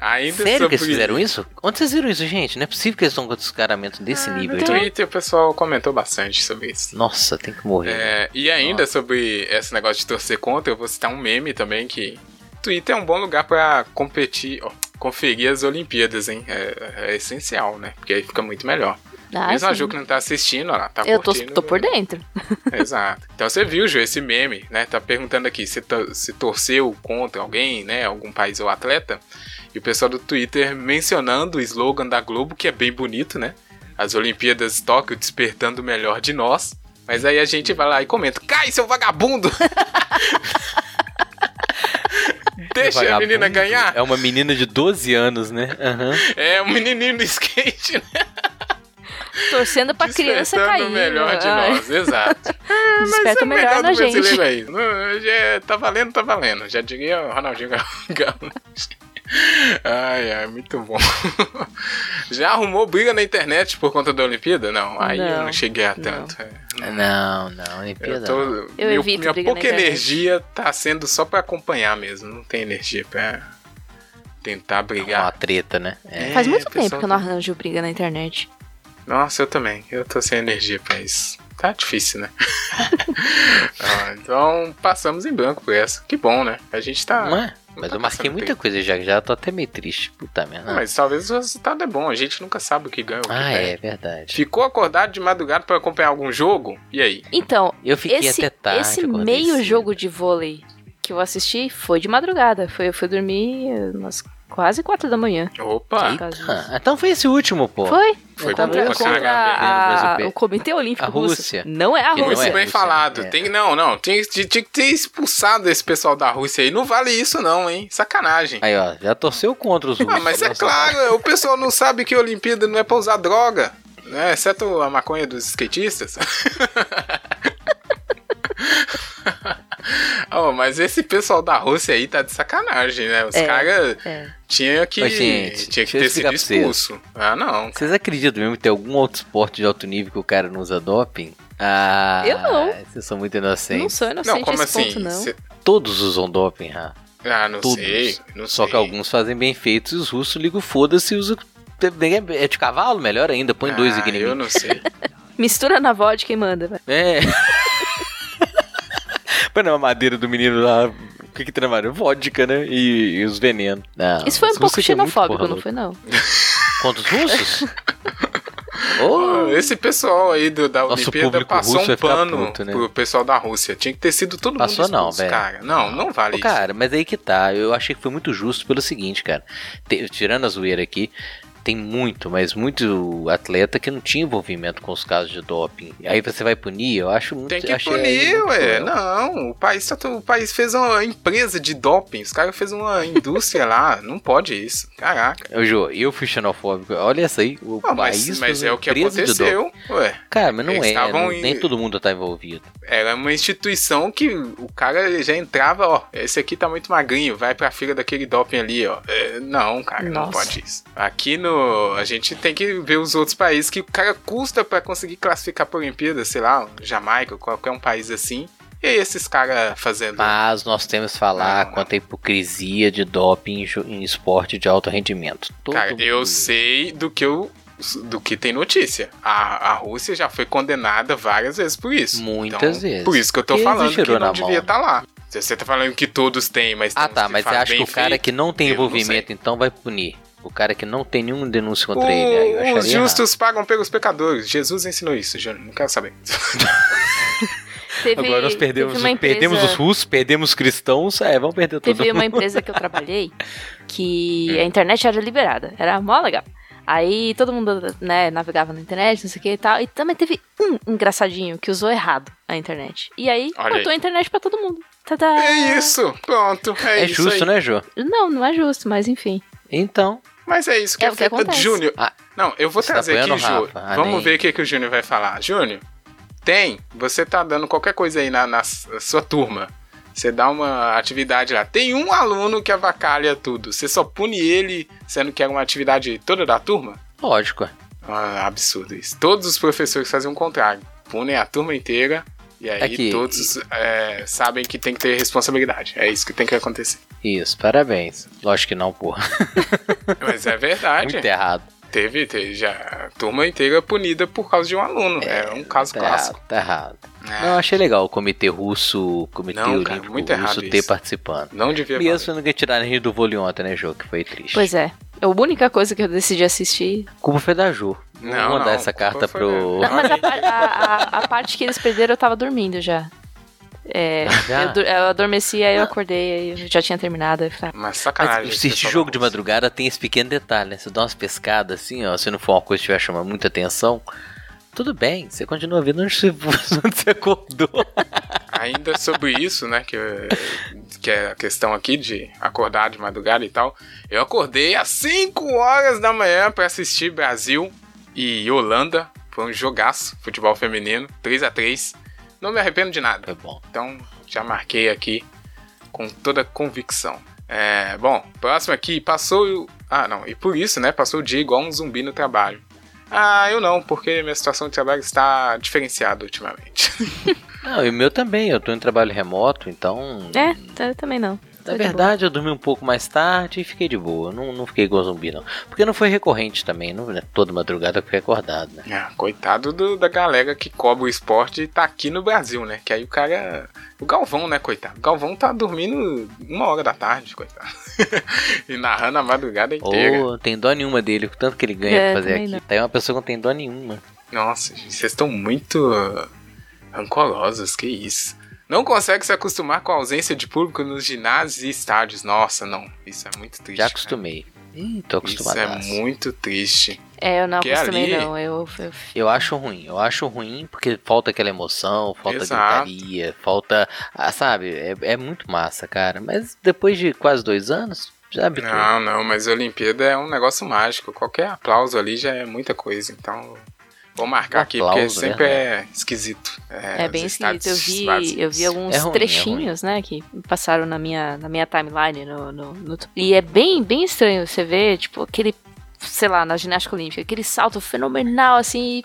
Ainda
Sério
sobre
que eles fizeram isso? Onde vocês viram isso, gente? Não é possível que eles estão com descaramento desse
No
nível. gente.
Twitter o pessoal comentou bastante sobre isso.
Nossa, tem que morrer.
É, e ainda sobre esse negócio de torcer contra, eu vou citar um meme também que Twitter é um bom lugar pra competir, ó, conferir as Olimpíadas, hein? É, é essencial, né? Porque aí fica muito melhor.
Ah,
Mesmo a
sim.
Ju que não tá assistindo, ó, lá, tá
eu tô,
curtindo.
tô por dentro.
Exato. Então você viu, Ju, esse meme, né? Tá perguntando aqui se, to- se torceu contra alguém, né? Algum país ou atleta. E o pessoal do Twitter mencionando o slogan da Globo, que é bem bonito, né? As Olimpíadas de Tóquio despertando o melhor de nós. Mas aí a gente vai lá e comenta: cai, seu vagabundo! Deixa a
Vagabundo.
menina ganhar.
É uma menina de 12 anos, né? Aham.
É, o menininho do skate, né?
Torcendo pra criança
Despertando
cair.
o melhor de
né?
nós, exato.
Ah, Desperta
é
o melhor na gente.
brasileiro aí. Não, já- tá valendo, tá valendo. Já diria o Ronaldinho Gaúcho. Ai, ai, muito bom. Já arrumou briga na internet por conta da Olimpíada? Não, aí eu
Não,
não cheguei a tanto. É.
Não, não, É Olimpíada.
Eu tô,
não.
meu-
evito
minha
briga na
pouca
internet.
energia tá sendo só pra acompanhar mesmo. Não tem energia pra tentar
É Uma
brigar.
treta, né? É.
Faz
É,
muito tempo
pessoal
que eu não arranjo briga na internet.
Nossa, eu também. Eu tô sem energia pra isso. Tá difícil, né? Ah, então, passamos em branco por essa. Que bom, né? A gente tá.
Mas,
não
mas
tá
eu marquei
passando
muita
tempo.
coisa já, já tô até meio triste. Puta merda.
Não, Mas um talvez o resultado é bom. A gente nunca sabe o que ganha. o que
Ah,
perde.
é verdade.
Ficou acordado de madrugada pra acompanhar algum jogo? E aí?
Então,
Eu fiquei
esse,
até tarde.
esse
acordei
meio
cedo.
jogo de vôlei que eu assisti foi de madrugada. Foi, eu fui dormir eh, umas quase quatro da manhã.
Opa!
por causa disso.
Ah, então foi esse último, pô.
Foi?
Foi
Eu tava
contra-
contra,
vendo
contra
contra
a-
a- o Comitê Olímpico
A
Russo.
Rússia.
Não é a
Que não
Muito
Rússia.
é
bem
Rússia,
falado.
né?
Tem que, não, não. Tinha, tinha- tinha que ter expulsado esse pessoal da Rússia aí. Não vale isso, não, hein? Sacanagem.
Aí, ó, já torceu contra os russos.
Ah, mas é
Nossa,
claro, o pessoal não sabe que a Olimpíada não é pra usar droga, né? Exceto a maconha dos skatistas. oh, mas esse pessoal da Rússia aí tá de sacanagem, né? Os
É.
caras
É.
tinha que,
Mas, gente,
tinha que
deixa eu
ter
explicar
sido
pra vocês.
expulso. Ah, não.
Vocês acreditam mesmo que tem algum outro esporte de alto nível que o cara não usa doping? Ah,
Eu não.
Vocês são muito
Não
inocentes.
sou inocente
não, como
a esse
assim?
ponto, não.
Cê-
Todos usam doping, Rafa.
Ah, não
Todos.
sei. Não
Só
sei.
que alguns fazem bem feitos e os russos ligam o foda-se e usam. É de cavalo, melhor ainda, põe dois
ah,
aqui em
Eu
mim.
não sei.
Mistura na vodka e manda, vai.
É. põe na madeira do menino lá. O que que trabalha? Vodka, né? E, e os venenos. Não,
Isso foi um
os
pouco
russos é muito
xenofóbico,
porra
não
louca.
foi, não?
Contra os russos? oh,
Esse pessoal aí do, da
Nosso
Olimpíada
público
passou
russo vai
um
ficar
pano
puto, né?
pro pessoal da Rússia. Tinha que ter sido todo
Passou
mundo
não,
expulso,
velho.
cara. Não, não vale
Ô,
isso.
cara, mas aí que tá. Eu achei que foi muito justo pelo seguinte, cara. Te- tirando a zoeira aqui, tem muito, mas muito atleta que não tinha envolvimento com os casos de doping. Aí você vai punir, eu acho muito.
Tem que
achei aí
punir,
muito
ué.
cruel.
Não, o país, tá tu- o país fez uma empresa de doping. Os caras fez uma indústria lá. Não pode isso. Caraca.
Ô, Jô, eu fui xenofóbico. Olha essa aí. O
Não,
país
mas, mas
fez
é o que
empresa de doping.
aconteceu. Ué,
Cara, mas não
Eles
é.
estavam
não-
em-
Nem todo mundo tá envolvido.
era uma instituição que o cara já entrava, ó. Esse aqui tá muito magrinho, vai pra fila daquele doping ali, ó. É, não, cara, não
Nossa.
pode isso. Aqui no. A gente tem que ver os outros países que o cara custa pra conseguir classificar pra Olimpíada, sei lá, Jamaica, qualquer um país assim. E aí esses caras fazendo.
Mas nós temos que
Não,
falar
não.
quanto à hipocrisia de doping em jo- em esporte de alto rendimento. Todo
Cara, eu
mundo-
sei do que eu do que tem notícia. A, a Rússia já foi condenada várias vezes por isso. Então,
Muitas vezes.
Por isso que eu tô
Porque
falando que
exagerou
não
na
devia
mão.
estar lá. Se Você tá falando que todos têm, mas
né? Ah
tem uns
tá,
que
mas você
fazem
acha que
bem
o cara
feito.
que não tem
Eu não
envolvimento então vai punir? O cara que não tem nenhum denúncio contra
O-
ele? Aí eu acharia
os justos pagam pelos pecadores. Jesus ensinou isso, Júnior. Não quero saber.
Ah.
Teve,
Agora nós perdemos,
teve uma empresa-
perdemos os russos, perdemos os cristãos, é, vamos perder tudo.
né?
Teve uma empresa que eu trabalhei
É.
que a internet era liberada. Era mó legal. Aí todo mundo, né, navegava na internet, não sei o que e tal. E também teve um engraçadinho que usou errado a internet. E aí
Olha
cortou a internet pra todo mundo. Tadá.
É isso. Pronto. É,
É,
isso
justo,
aí.
né, Jô?
Não, não é justo, mas enfim.
Então,
Mas é isso que
É
é,
o que
feito.
acontece.
Júnior.
Ah,
não, eu vou
você tá
trazer aqui,
apoiando o
Júnior.
Rafa? Ah,
Vamos
nem-
ver o que, que o Júnior vai falar. Júnior, tem. Você tá dando qualquer coisa aí na, na s- sua turma. Você dá uma atividade lá. Tem um aluno que avacalha tudo. Você só pune ele, sendo que é uma atividade toda da turma?
lógico.
Ah, absurdo isso. Todos os professores fazem o contrário. Punem a turma inteira. E aí
Aqui.
todos é, sabem que tem que ter responsabilidade. É isso que tem que acontecer.
Isso, parabéns. Lógico que não, porra.
Mas é verdade.
Muito errado.
Teve, teve já. A turma inteira punida por causa de um aluno. É, um caso
Tá
clássico.
errado, tá errado.
É,
Não, eu achei legal o comitê russo, o comitê
Não, cara,
olímpico
muito
russo
errado
ter
isso.
participando.
não devia
Mesmo não que tiraram a gente do vôlei ontem, né, Jô? Que foi triste.
Pois é. A única coisa que eu decidi assistir.
Culpa foi da Jô.
Não,
Vou mandar
não,
essa
culpa
carta
foi
pro...
dela.
Não, mas a, par- a- a- a parte que eles perderam eu tava dormindo já. É,
Já?
Eu, dur- eu adormeci, aí eu acordei, aí eu já tinha terminado. aí Eu falei,
Mas
Mas
sacanagem.
o
esse
assistir
pessoal
jogo
da
de
Rússia.
madrugada tem esse pequeno detalhe, né? Você dá umas pescadas assim, ó. Se não for uma coisa que tiver chamando muita atenção, tudo bem, você continua vendo onde você, onde você acordou.
Ainda sobre isso, né? Que, que é a questão aqui de acordar de madrugada e tal. Eu acordei às 5 horas da manhã pra assistir Brasil e Holanda. Foi um jogaço, futebol feminino, 3 a 3 Não me arrependo de nada.
Foi bom.
Então já marquei aqui com toda convicção. É, bom, próximo aqui, passou. o- Ah, não, e por isso, né? Passou o dia igual um zumbi no trabalho. Ah, eu não, porque minha situação de trabalho está diferenciada ultimamente.
Não, e o meu também, eu tô em trabalho remoto, então.
é, tá- eu também não.
Na
Tô de
verdade, eu dormi um pouco mais tarde e fiquei de boa. Não, não fiquei igual zumbi, não. Porque não foi recorrente também, não é toda madrugada que eu fui acordado, né?
Ah, coitado do- da galera que cobra o esporte e tá aqui no Brasil, né? Que aí o cara. O Galvão, né, coitado? O Galvão tá dormindo uma hora da tarde, coitado. e narrando a madrugada inteira.
Ou tem dó nenhuma dele, o tanto que ele ganha
É,
pra fazer
também
aqui.
não.
Tá aí uma pessoa que não tem dó nenhuma.
Nossa, gente, vocês estão muito rancorosos, que isso. Não consegue se acostumar com a ausência de público nos ginásios e estádios. Nossa, não. Isso é muito triste.
Já
cara.
acostumei. Ih, tô
Isso
acostumado.
é muito triste.
É, eu não
Porque
acostumei,
ali-
não. Eu, eu-
Eu acho ruim, eu acho ruim porque falta aquela emoção, falta
Exato.
gritaria, falta. ah, sabe, é, é muito massa, cara. Mas depois de quase dois anos, já habitua.
Não, não, mas a Olimpíada é um negócio mágico. Qualquer aplauso ali já é muita coisa. Então, vou marcar
Um
aqui, porque
aplauso,
sempre
né?
é esquisito.
é,
os
bem
estados
esquisito. Eu vi,
vazios.
eu vi alguns
É ruim, é
trechinhos, né, que passaram na minha, na minha timeline. No, no, no Twitter. E é bem, bem estranho você ver, tipo, aquele, sei lá, na ginástica olímpica, aquele salto fenomenal, assim, e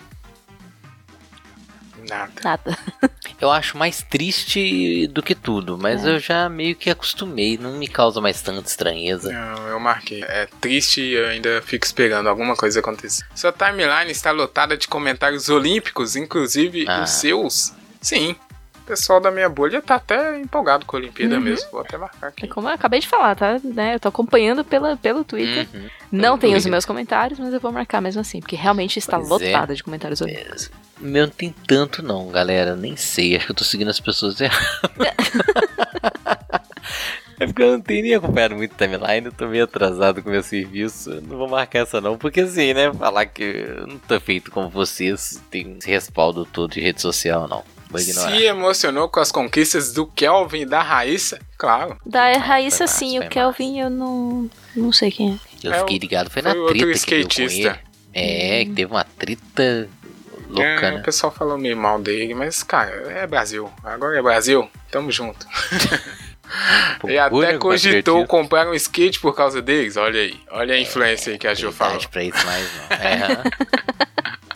Nada.
nada.
Eu acho mais triste do que tudo,
É.
mas eu já meio que acostumei, não me causa mais tanta estranheza.
Não, eu marquei. É triste e eu ainda fico esperando alguma coisa acontecer. Sua timeline está lotada de comentários olímpicos, inclusive
Ah.
os seus. Sim. O pessoal da minha bolha tá até empolgado com a Olimpíada mesmo. Vou até marcar
É
aqui.
Como eu acabei de falar, tá? Né, eu tô acompanhando pela, pelo Twitter.
Uhum.
não tem os
Twitter.
meus comentários, mas eu vou marcar mesmo assim, porque realmente está
Pois é.
lotada de comentários olímpicos.
O Meu, não tem tanto não, galera. Nem sei, acho que eu tô seguindo as pessoas erradas. É porque eu não tenho nem acompanhado muito timeline, eu tô meio atrasado com meu serviço, eu não vou marcar essa não, porque assim, né, falar que eu não tô feito como vocês, tem esse respaldo todo de rede social, não. é. Vou ignorar.
Se emocionou com as conquistas do Kelvin e da Raíssa? Claro.
Da
Foi
Raíssa,
massa,
sim,
foi
o Kelvin eu não, não sei quem é.
Eu
É,
fiquei
o-
ligado, foi,
foi
na
outro
treta que deu
skatista. Uhum.
com ele. É, que teve uma treta louca,
É,
né?
o pessoal falou meio mal dele, mas, cara, é Brasil. Agora é Brasil. Tamo junto.
Pô,
E
Tipo, orgulho
até
do
cogitou
patriotismo.
comprar um skate por causa deles. Olha aí. Olha a influência aí que a
Tem
Ju falou.
idade pra isso mais, não. É,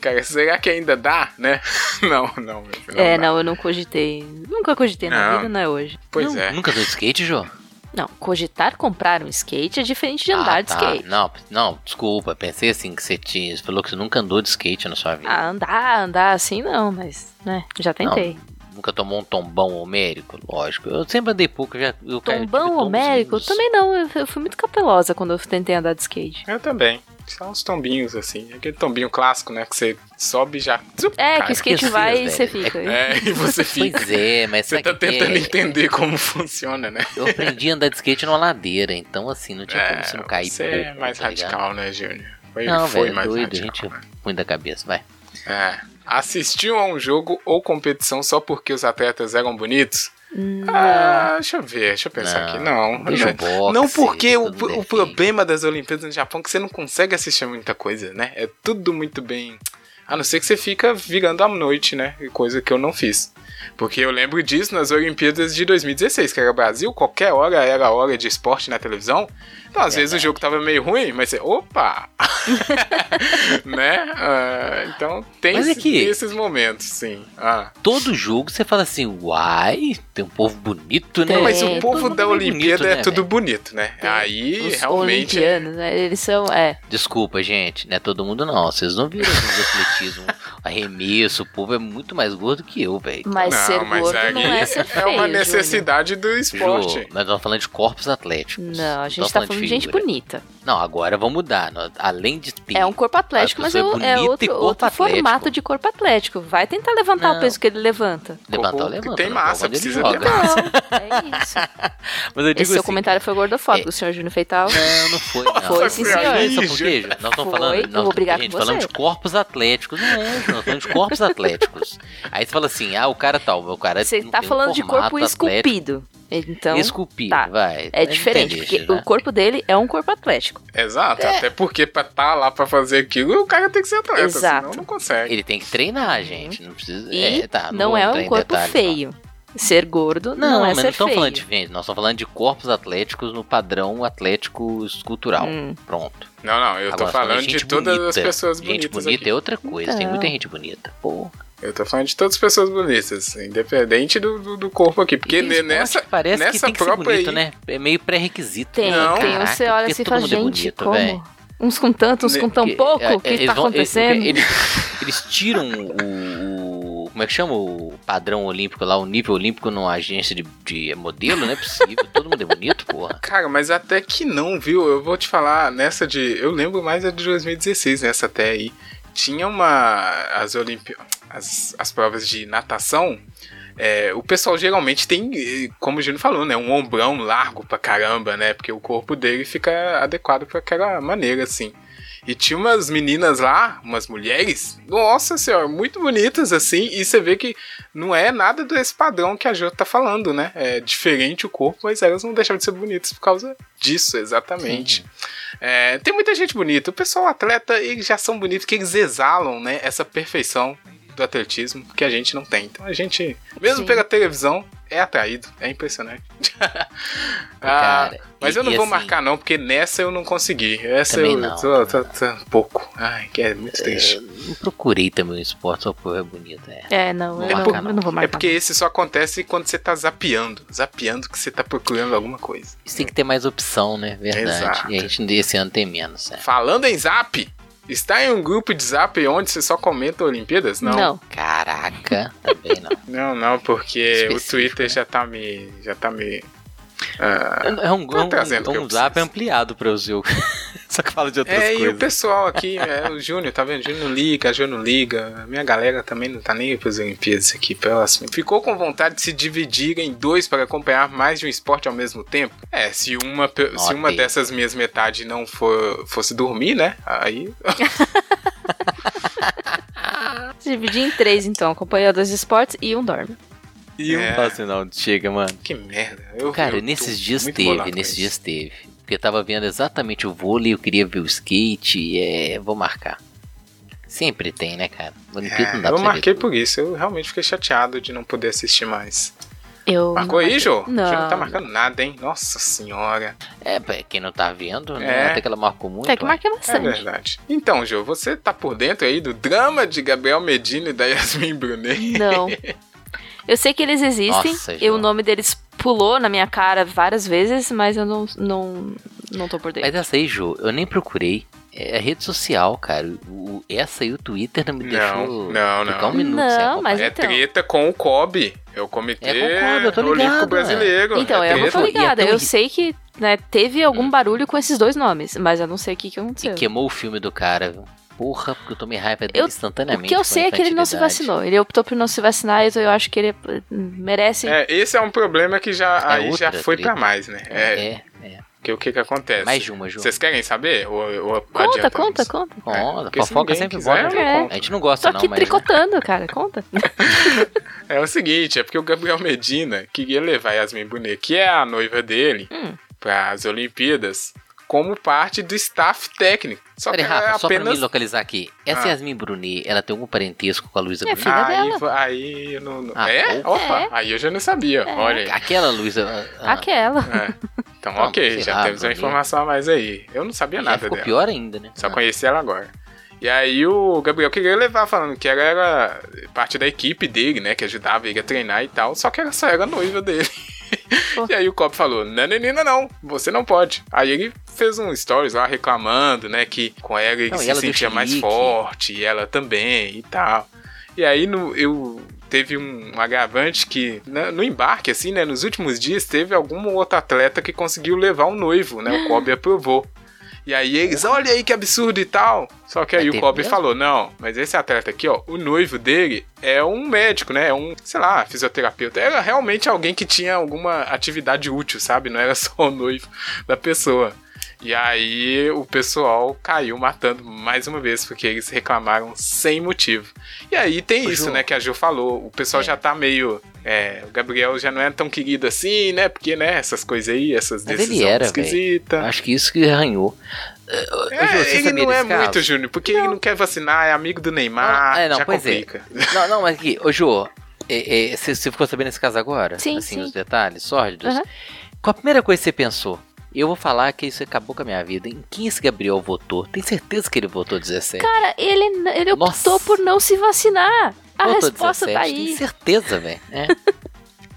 Cara, será que ainda dá, né? Não, não. meu filho,
é,
dá.
não, eu não cogitei. Nunca cogitei na
Não.
vida, não é hoje.
Pois
não,
é.
Nunca viu skate, Jô?
Não, cogitar comprar um skate é diferente de andar
Ah,
de
tá.
skate.
Não, não, desculpa. Pensei assim que você tinha. Você falou que você nunca andou de skate na sua vida.
Ah, andar, andar assim não, mas, né, já tentei.
Nunca tomou um tombão homérico? Lógico. Eu sempre andei pouco. Já, eu cara, tive
Tombão,
tombos
homérico,
lindos.
também não, eu, eu fui muito capelosa quando eu tentei andar de skate.
Eu também. São uns tombinhos, assim. Aquele tombinho clássico, né? Que você sobe e já. zup,
É,
cai.
que o skate
esqueci,
vai e
velho.
você fica.
É, e você fica.
Pois é, mas
Você
sabe
tá
que
tentando
é?
entender como funciona, né?
Eu aprendi a andar de skate numa ladeira, então assim, não tinha como você não cair.
você é
pouco,
mais
tá ligado?
radical, né, Júnior? Foi,
Não,
foi
velho, é
mais
doido,
radical.
gente
né?
ruim da cabeça, vai.
É. Assistiu a um jogo ou competição só porque os atletas eram bonitos?
Hum,
Ah, deixa eu ver, deixa eu pensar
Não,
aqui. Não,
vejo
não.
boxe,
é, Não porque o,
todo mundo é
o
feio.
problema das Olimpíadas no Japão é que você não consegue assistir muita coisa, né? É tudo muito bem. A não ser que você fica virando à noite, né? Coisa que eu não fiz. Porque eu lembro disso nas Olimpíadas de 2016, que era Brasil, qualquer hora era hora de esporte na televisão. Então, às vezes o
Verdade.
jogo tava meio ruim, mas você, opa! né? Ah, então tem,
Mas é
esse-
que-
tem esses momentos, sim. Ah.
Todo jogo você fala assim, uai, tem um povo bonito, né?
Tem,
Não, mas o
todo
povo
mundo
da
é bonito,
Olimpíada
né, É.
é tudo bonito, né? Aí,
os
realmente, é
olimpianos, né, eles são, é,
Desculpa, gente, não é todo mundo não. Vocês não viram os atletismo, arremesso, o povo é muito mais gordo que eu, velho.
mas
Não,
ser
mas
gordo
aí
não é ser feio.
É uma
Júnior.
necessidade do
Ju,
esporte.
nós estamos falando de corpos atléticos.
Não, a gente
estamos
tá falando de gente
figura.
bonita.
Não, agora vamos mudar. Nós- além de ter.
É um corpo atlético,
A
mas é,
pessoa
o-
é
é
bonita e
outro,
corpo
outro
atlético.
formato de corpo atlético. Vai tentar levantar o
Não.
peso que ele levanta.
levantar
corpo
ou
que
levanta.
tem
não,
massa, é
quando ele
precisa
joga.
ter
Não, é isso.
assim, Mas eu digo
Esse seu
assim,
comentário foi gordofóbico, o senhor Júnior Feital.
Não, não foi, não.
Foi, sim, senhor.
Sabe por quê, Ju? Nós
Foi,
estamos falando,
eu
nós,
vou brigar
gente,
com
falando
você.
de corpos atléticos. Não, nós falando de corpos atléticos. Aí você fala assim, ah, o cara tal, o cara
Você
não
tá
tem um
falando de corpo
formato atlético.
esculpido. Então,
Esculpido,
tá.
vai.
é
Mas
diferente,
entende,
porque
né?
o corpo dele é um corpo atlético.
Exato,
É.
até porque pra estar lá pra fazer aquilo, o cara tem que ser atleta,
Exato.
senão não consegue.
Ele tem que treinar, gente. Não precisa.
Uhum. E
é, tá,
não
vou
é
entrar
um
em
corpo
detalhes,
feio. Ser gordo
Não,
não, é
mas não
ser
estamos
feio.
falando de gente, nós estamos falando de corpos atléticos no padrão atlético escultural.
Hum.
Pronto.
Não, não, eu tô
Agora,
falando
gente
de todas as
bonita,
pessoas
Gente
bonitas.
bonita
aqui.
é outra coisa, tem
Então.
muita gente bonita. Pô,
Eu tô falando de todas as pessoas bonitas, assim, independente do, do, do corpo aqui. Porque
tem
ne-
esporte
nessa.
que parece que
nessa
tem que ser
própria
bonito,
aí-
né? É meio pré-requisito.
Tem,
né?
Não.
tem.
Caraca,
você olha
porque
assim e
todo
fala,
mundo é
gente,
bonito,
como?
véi.
Uns com tanto, uns
Ne-
com tão
Porque,
pouco?
é,
O que, que
eles
tá
vão- eles-
acontecendo?
Eles, eles tiram o, o- Como é que chama o padrão olímpico lá, o nível olímpico numa agência de, de modelo? Não é possível. Todo mundo é bonito, porra.
Cara, mas até que não, viu? Eu vou te falar, nessa de. Eu lembro mais a de 2016, nessa até aí. Tinha uma. As Olimpí... As, as provas de natação. é, o pessoal geralmente tem, como o Júlio falou, né, um ombrão largo pra caramba, né? Porque o corpo dele fica adequado para aquela maneira, assim. E tinha umas meninas lá, umas mulheres, nossa senhora, muito bonitas assim, e você vê que não é nada desse padrão que a Jô tá falando, né? É diferente o corpo, mas elas não deixaram de ser bonitas por causa disso, exatamente. É, tem muita gente bonita, o pessoal atleta, eles já são bonitos, que eles exalam, né? Essa perfeição do atletismo que a gente não tem. Então a gente, mesmo
Sim.
pela televisão, é atraído. É impressionante. Ah,
Cara,
mas
e-
eu não
e
vou
assim-
marcar, não, porque nessa eu não consegui. Essa
Também
eu
não.
tô, tô- tô- pouco. Ai, que é muito triste.
Não procurei também o esporte só por é bonito, é.
É, não, eu,
É
não,
por-
eu não vou
É
tá
marcar.
porque esse só acontece quando você tá zapeando. Zapeando que você tá procurando alguma coisa.
Isso tem que ter mais opção, né? Verdade.
Exato.
E a gente esse ano tem menos, é.
Falando em zap, está em um grupo de zap onde você só comenta Olimpíadas? Não.
Não.
Caraca, tá também não.
Não, não, porque o
Específico,
Twitter
né?
já tá me. Já tá me.
É um,
Tá trazendo
é um,
que
é
eu
um zap
preciso.
ampliado para o Zil. Só que fala de outras
É, e o
coisas.
pessoal aqui, é, o Júnior, tá vendo? Júnior não liga, Júnior não liga. A minha galera também não tá nem aí pras Olimpíadas aqui, próximo. Ficou com vontade de se dividir em dois para acompanhar mais de um esporte ao mesmo tempo? É, se uma, pe- se uma
Notem.
dessas minhas metade não for, fosse dormir, né? Aí.
Se dividir em três, então. Acompanhar dois esportes e um dorme.
E um
É.
fala assim, não, chega, mano.
Que merda. Eu,
Cara,
eu tô
nesses dias
muito
teve,
bolado com
nesses
isso.
dias teve. Porque eu tava vendo exatamente o vôlei, eu queria ver o skate, e é, vou marcar. Sempre tem, né, cara? Olimpíada não
É,
dá
eu
pra
marquei
ver.
por isso, eu realmente fiquei chateado de não poder assistir mais.
Eu
Ah,
Marcou aí, Jô?
Não.
Jô não tá marcando nada, hein? Nossa senhora.
É, pra quem não tá vendo,
É.
né? Até que ela marcou muito.
Até que
ó.
marquei
É
bastante.
verdade. Então, Jô, você tá por dentro aí do drama de Gabriel Medina e da Yasmin Brunet?
Não. Eu sei que eles existem.
Nossa,
e o
Jô.
nome deles pulou na minha cara várias vezes, mas eu não, não, não tô por dentro.
Mas essa aí, Ju, eu nem procurei. É a rede social, cara. O, o- essa aí, o Twitter, não me
Não,
deixou
não, não.
ficar um minuto
Não,
sem acompanhar.
mas-
É
então.
treta com o COB, é o Comitê
É, concordo, eu tô ligado,
Olímpico
é.
Brasileiro.
Então,
é
eu não tô
teve- e é
ligada.
tão
Eu
ri- Hum.
sei que né, teve algum barulho com esses dois nomes, mas eu não sei o que, que
E
aconteceu.
queimou o filme do cara, viu? Porra, porque eu tomei raiva dele
Eu- O
instantaneamente.
que eu
com
sei é que ele não se
infantilidade.
vacinou. Ele optou por não se vacinar, então eu acho que ele eh, merece.
É, esse é um problema que já
É
aí já
outra
foi
treta.
pra mais, né? É,
É, é.
que o que que acontece?
Mais de uma, Ju.
Vocês querem saber? Ou, ou
Conta,
adiantamos?
conta, É. conta.
É,
Conta,
porque se
fofoca
ninguém
sempre
quiser,
bora.
eu
né?
conto.
A gente não gosta,
Tô
não,
aqui
mas.
tricotando, cara, conta.
É o seguinte, é porque o Gabriel Medina queria levar Yasmin Brunet, que é a noiva dele,
Hum.
para as Olimpíadas, como parte do staff técnico. Só que
Peraí,
ela é
Rafa, só pra me
apenas.
localizar aqui. Essa
Ah.
Yasmin Brunet, ela tem algum parentesco com a Luísa
É,
Brunet?
filha
aí,
dela.
va- aí eu não. não-
Ah,
é?
pouco.
Opa,
É.
aí eu já não sabia. Olha aí.
Aquela Luísa. ah,
Aquela.
É. Então,
Não,
ok,
sei
já
lá,
temos uma
Brunet.
informação a mais aí. Eu não sabia
já
nada
ficou
dela.
pior ainda, né?
Só
Ah.
conheci ela agora. E aí o Gabriel queria levar, falando que ela era parte da equipe dele, né? Que ajudava ele a treinar e tal. Só que ela só era noiva dele.
Pô.
E aí o copo falou, nananina não, você não pode. Aí ele fez um stories lá reclamando, né? Que com ela ele
Não, e
se
ela deu
sentia mais
chilique.
forte, e ela também e tal. E aí no, eu teve um, um agravante que na- no embarque, assim, né? Nos últimos dias teve algum outro atleta que conseguiu levar um noivo, né? O Kobe aprovou. E aí eles, olha aí que absurdo e tal. Só que aí
Mas
o
teve
Kobe
É mesmo?
falou, não, mas esse atleta aqui, ó, o noivo dele é um médico, né? É um, sei lá, fisioterapeuta. Era realmente alguém que tinha alguma atividade útil, sabe? Não era só o noivo da pessoa. E aí o pessoal caiu matando mais uma vez, porque eles reclamaram sem motivo. E aí tem
Ô,
isso,
Ju.
né, que a Ju falou. O pessoal
É.
já tá meio. é, o Gabriel já não é tão querido assim, né? Porque, né, essas coisas aí, essas
Mas ele
decisões
era, véi.
esquisitas.
Acho que isso que arranhou. É, Ô, Ju,
É,
você
ele
sabia
não é
desse caso?
muito, Júnior, porque ele não quer vacinar, é amigo do Neymar,
Não, é, não,
já
pois é.
complica.
Não, não, mas aqui, ô Jô, é, é, você você ficou sabendo esse caso agora?
Sim,
Assim,
sim.
os detalhes sórdidos?
Aham.
Qual a primeira coisa que você pensou? Eu vou falar que isso acabou com a minha vida. Em quem é esse Gabriel votou? Tem certeza que ele votou 17?
Cara, ele, n- ele optou
Nossa.
por não se vacinar. A
votou
resposta tá
Tem
aí.
certeza, velho. É.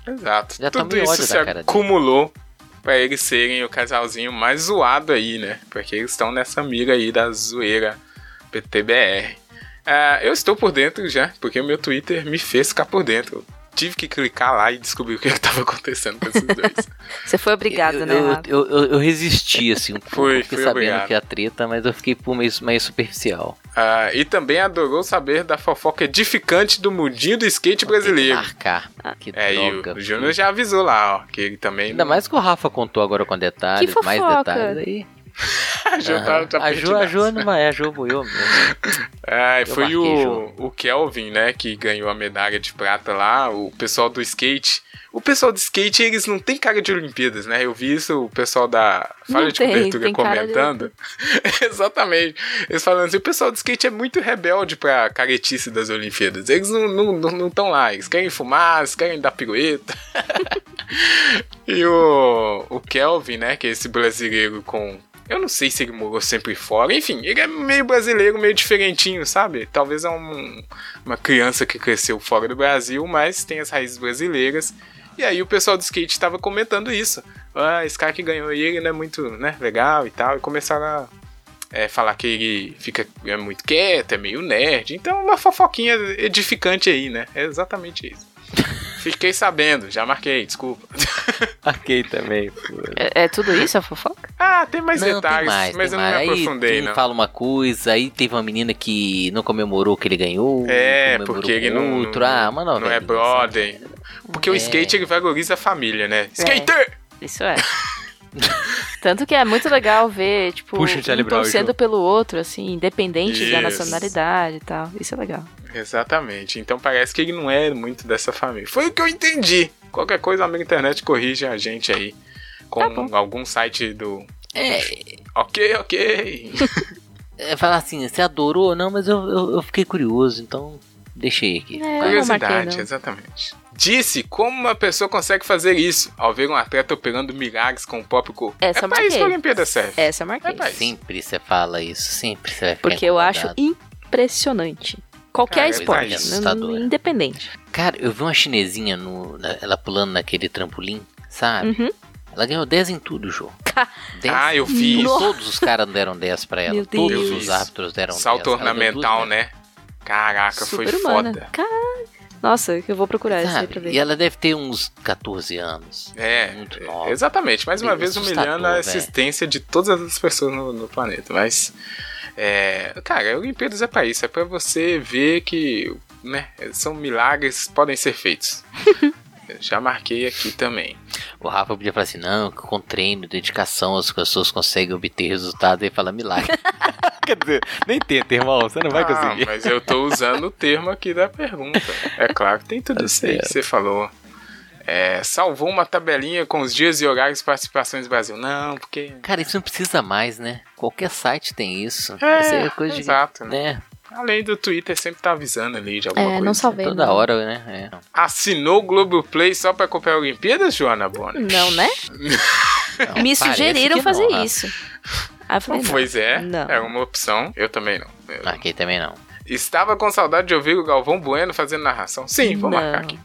Exato.
Já tá
Tudo
meio
isso
ódio
se
da cara dele.
acumulou pra eles serem o casalzinho mais zoado aí, né? Porque eles estão nessa mira aí da zoeira PTBR. Ah, eu estou por dentro já, porque o meu Twitter me fez ficar por dentro. tive que clicar lá e descobrir o que estava acontecendo com esses dois.
Você foi obrigada,
eu,
né? Renato?
eu, eu, eu resisti, assim, um pouco.
Fui,
fiquei
fui
sabendo
obrigado.
que é a treta, mas eu fiquei pô, meio, meio superficial.
Ah, e também adorou saber da fofoca edificante do mundinho do skate
Tem que
brasileiro.
Marcar.
Ah.
Que
É, e
droga.
o Júnior já avisou lá, ó, que ele também
Ainda mais que o Rafa contou agora com detalhes,
Que
mais
fofoca.
detalhes aí.
a Ju tá, tá
Aham. a Ju, a
perdidaça.
Ju não vai, a Ju boiou mesmo.
É, foi
marquei,
o, o Kelvin, né, que ganhou a medalha de prata lá, o pessoal do skate. O pessoal do skate, eles não tem cara de Olimpíadas, né? Eu vi isso, o pessoal da Falha
Não
de
tem,
Cobertura
tem cara de-
comentando. Exatamente. Eles falando assim, o pessoal do skate é muito rebelde pra caretice das Olimpíadas. Eles não estão não, não tão lá, eles querem fumar, eles querem dar pirueta. e o, o Kelvin, né, que é esse brasileiro com... Eu não sei se ele morou sempre fora. Enfim, ele é meio brasileiro, meio diferentinho, sabe? Talvez é um- uma criança que cresceu fora do Brasil, mas tem as raízes brasileiras. E aí o pessoal do skate estava comentando isso. Ah, esse cara que ganhou aí, ele não é muito né, legal e tal. E começaram a é, falar que ele fica é muito quieto, é meio nerd. Então uma fofoquinha edificante aí, né? É exatamente isso. Fiquei sabendo, já marquei, desculpa.
Marquei também, pô.
É, é tudo isso, a fofoca?
Ah, tem mais
Não,
detalhes,
tem mais,
mas eu
tem
não me
mais.
aprofundei,
aí, um
não.
fala uma coisa, aí teve uma menina que não comemorou que ele ganhou.
É,
comemorou
porque
com
ele não-
outro.
não-
ah, uma
Não
novela.
é brother. Porque o
É.
skate ele valoriza a família, né? Skater!
Isso é. Tanto que é muito legal ver, tipo,
Puxa o Charlie
um
Brown,
torcendo
Ju.
pelo outro, assim, independente da
Isso.
nacionalidade e tal. Isso é legal.
Exatamente. Então parece que ele não é muito dessa família. Foi o que eu entendi. Qualquer coisa, a minha internet corrige a gente aí. Com
Tá bom.
algum site do.
É,
Ok, ok.
é, fala assim, você adorou ou não, mas eu, eu, eu fiquei curioso, então deixei aqui.
É, eu não marquei,
Curiosidade,
não.
exatamente. Disse como uma pessoa consegue fazer isso ao ver um atleta operando milagres com o próprio corpo.
Essa
é
eu
pra isso que a
marquei.
Olimpíada serve.
Essa eu marquei.
É pra isso.
Sempre você fala isso, É sempre você vai ficar
porque eu acho
incomodado.
impressionante. Qualquer
Cara, é
esporte,
verdade,
né,
assustadora.
independente.
Cara, eu vi uma chinesinha, no, na- ela pulando naquele trampolim, sabe?
Uhum.
Ela ganhou 10 em tudo, Jô.
Ca-
10
Ah, eu vi.
Nossa.
Todos os caras deram 10 pra ela.
Meu
Todos
Deus.
os árbitros deram 10.
Salto
Ela deu duas
ornamental,
medalhas.
né? Caraca, foi
Super humana.
foda.
Nossa, que eu vou procurar isso aí
Sabe?
pra ver.
Ah, E é ela deve ter uns 14 anos.
É,
Muito nova.
exatamente. Mais uma
Meio
vez humilhando
assustador,
a
véi.
existência de todas as pessoas no, no planeta. Mas, é, cara, Olimpíadas é pra isso. É pra você ver que, né, são milagres que podem ser feitos. Eu Já marquei aqui também.
O Rafa podia falar assim: não, que com treino, dedicação, as pessoas conseguem obter resultado. Ele fala milagre. Quer dizer, nem tenta, irmão. Você não
Ah, mas eu tô usando o termo aqui da pergunta. É claro que tem tudo
Tá
isso aí que
certo.
você falou. É, salvou uma tabelinha com os dias e horários de participações do Brasil. Não, porque.
Cara, isso não precisa mais, né? Qualquer site tem isso.
É,
Isso aí é coisa de.
exato, né?
Né?
Além do Twitter sempre tá avisando ali de alguma
É,
coisa.
não salvei.
Toda
não.
hora, né? É.
Assinou o Globoplay só pra acompanhar a Olimpíada, Joana Bona?
Não, né?
Não, parece
Me sugeriram
é um que
fazer
não, né? Rafa.
isso. Aí eu falei, não.
Pois é,
né?
Não.
é uma opção. Eu também não. Eu-
Marquei também não.
Estava com saudade de ouvir o Galvão Bueno fazendo narração. Sim, vou
não.
marcar aqui.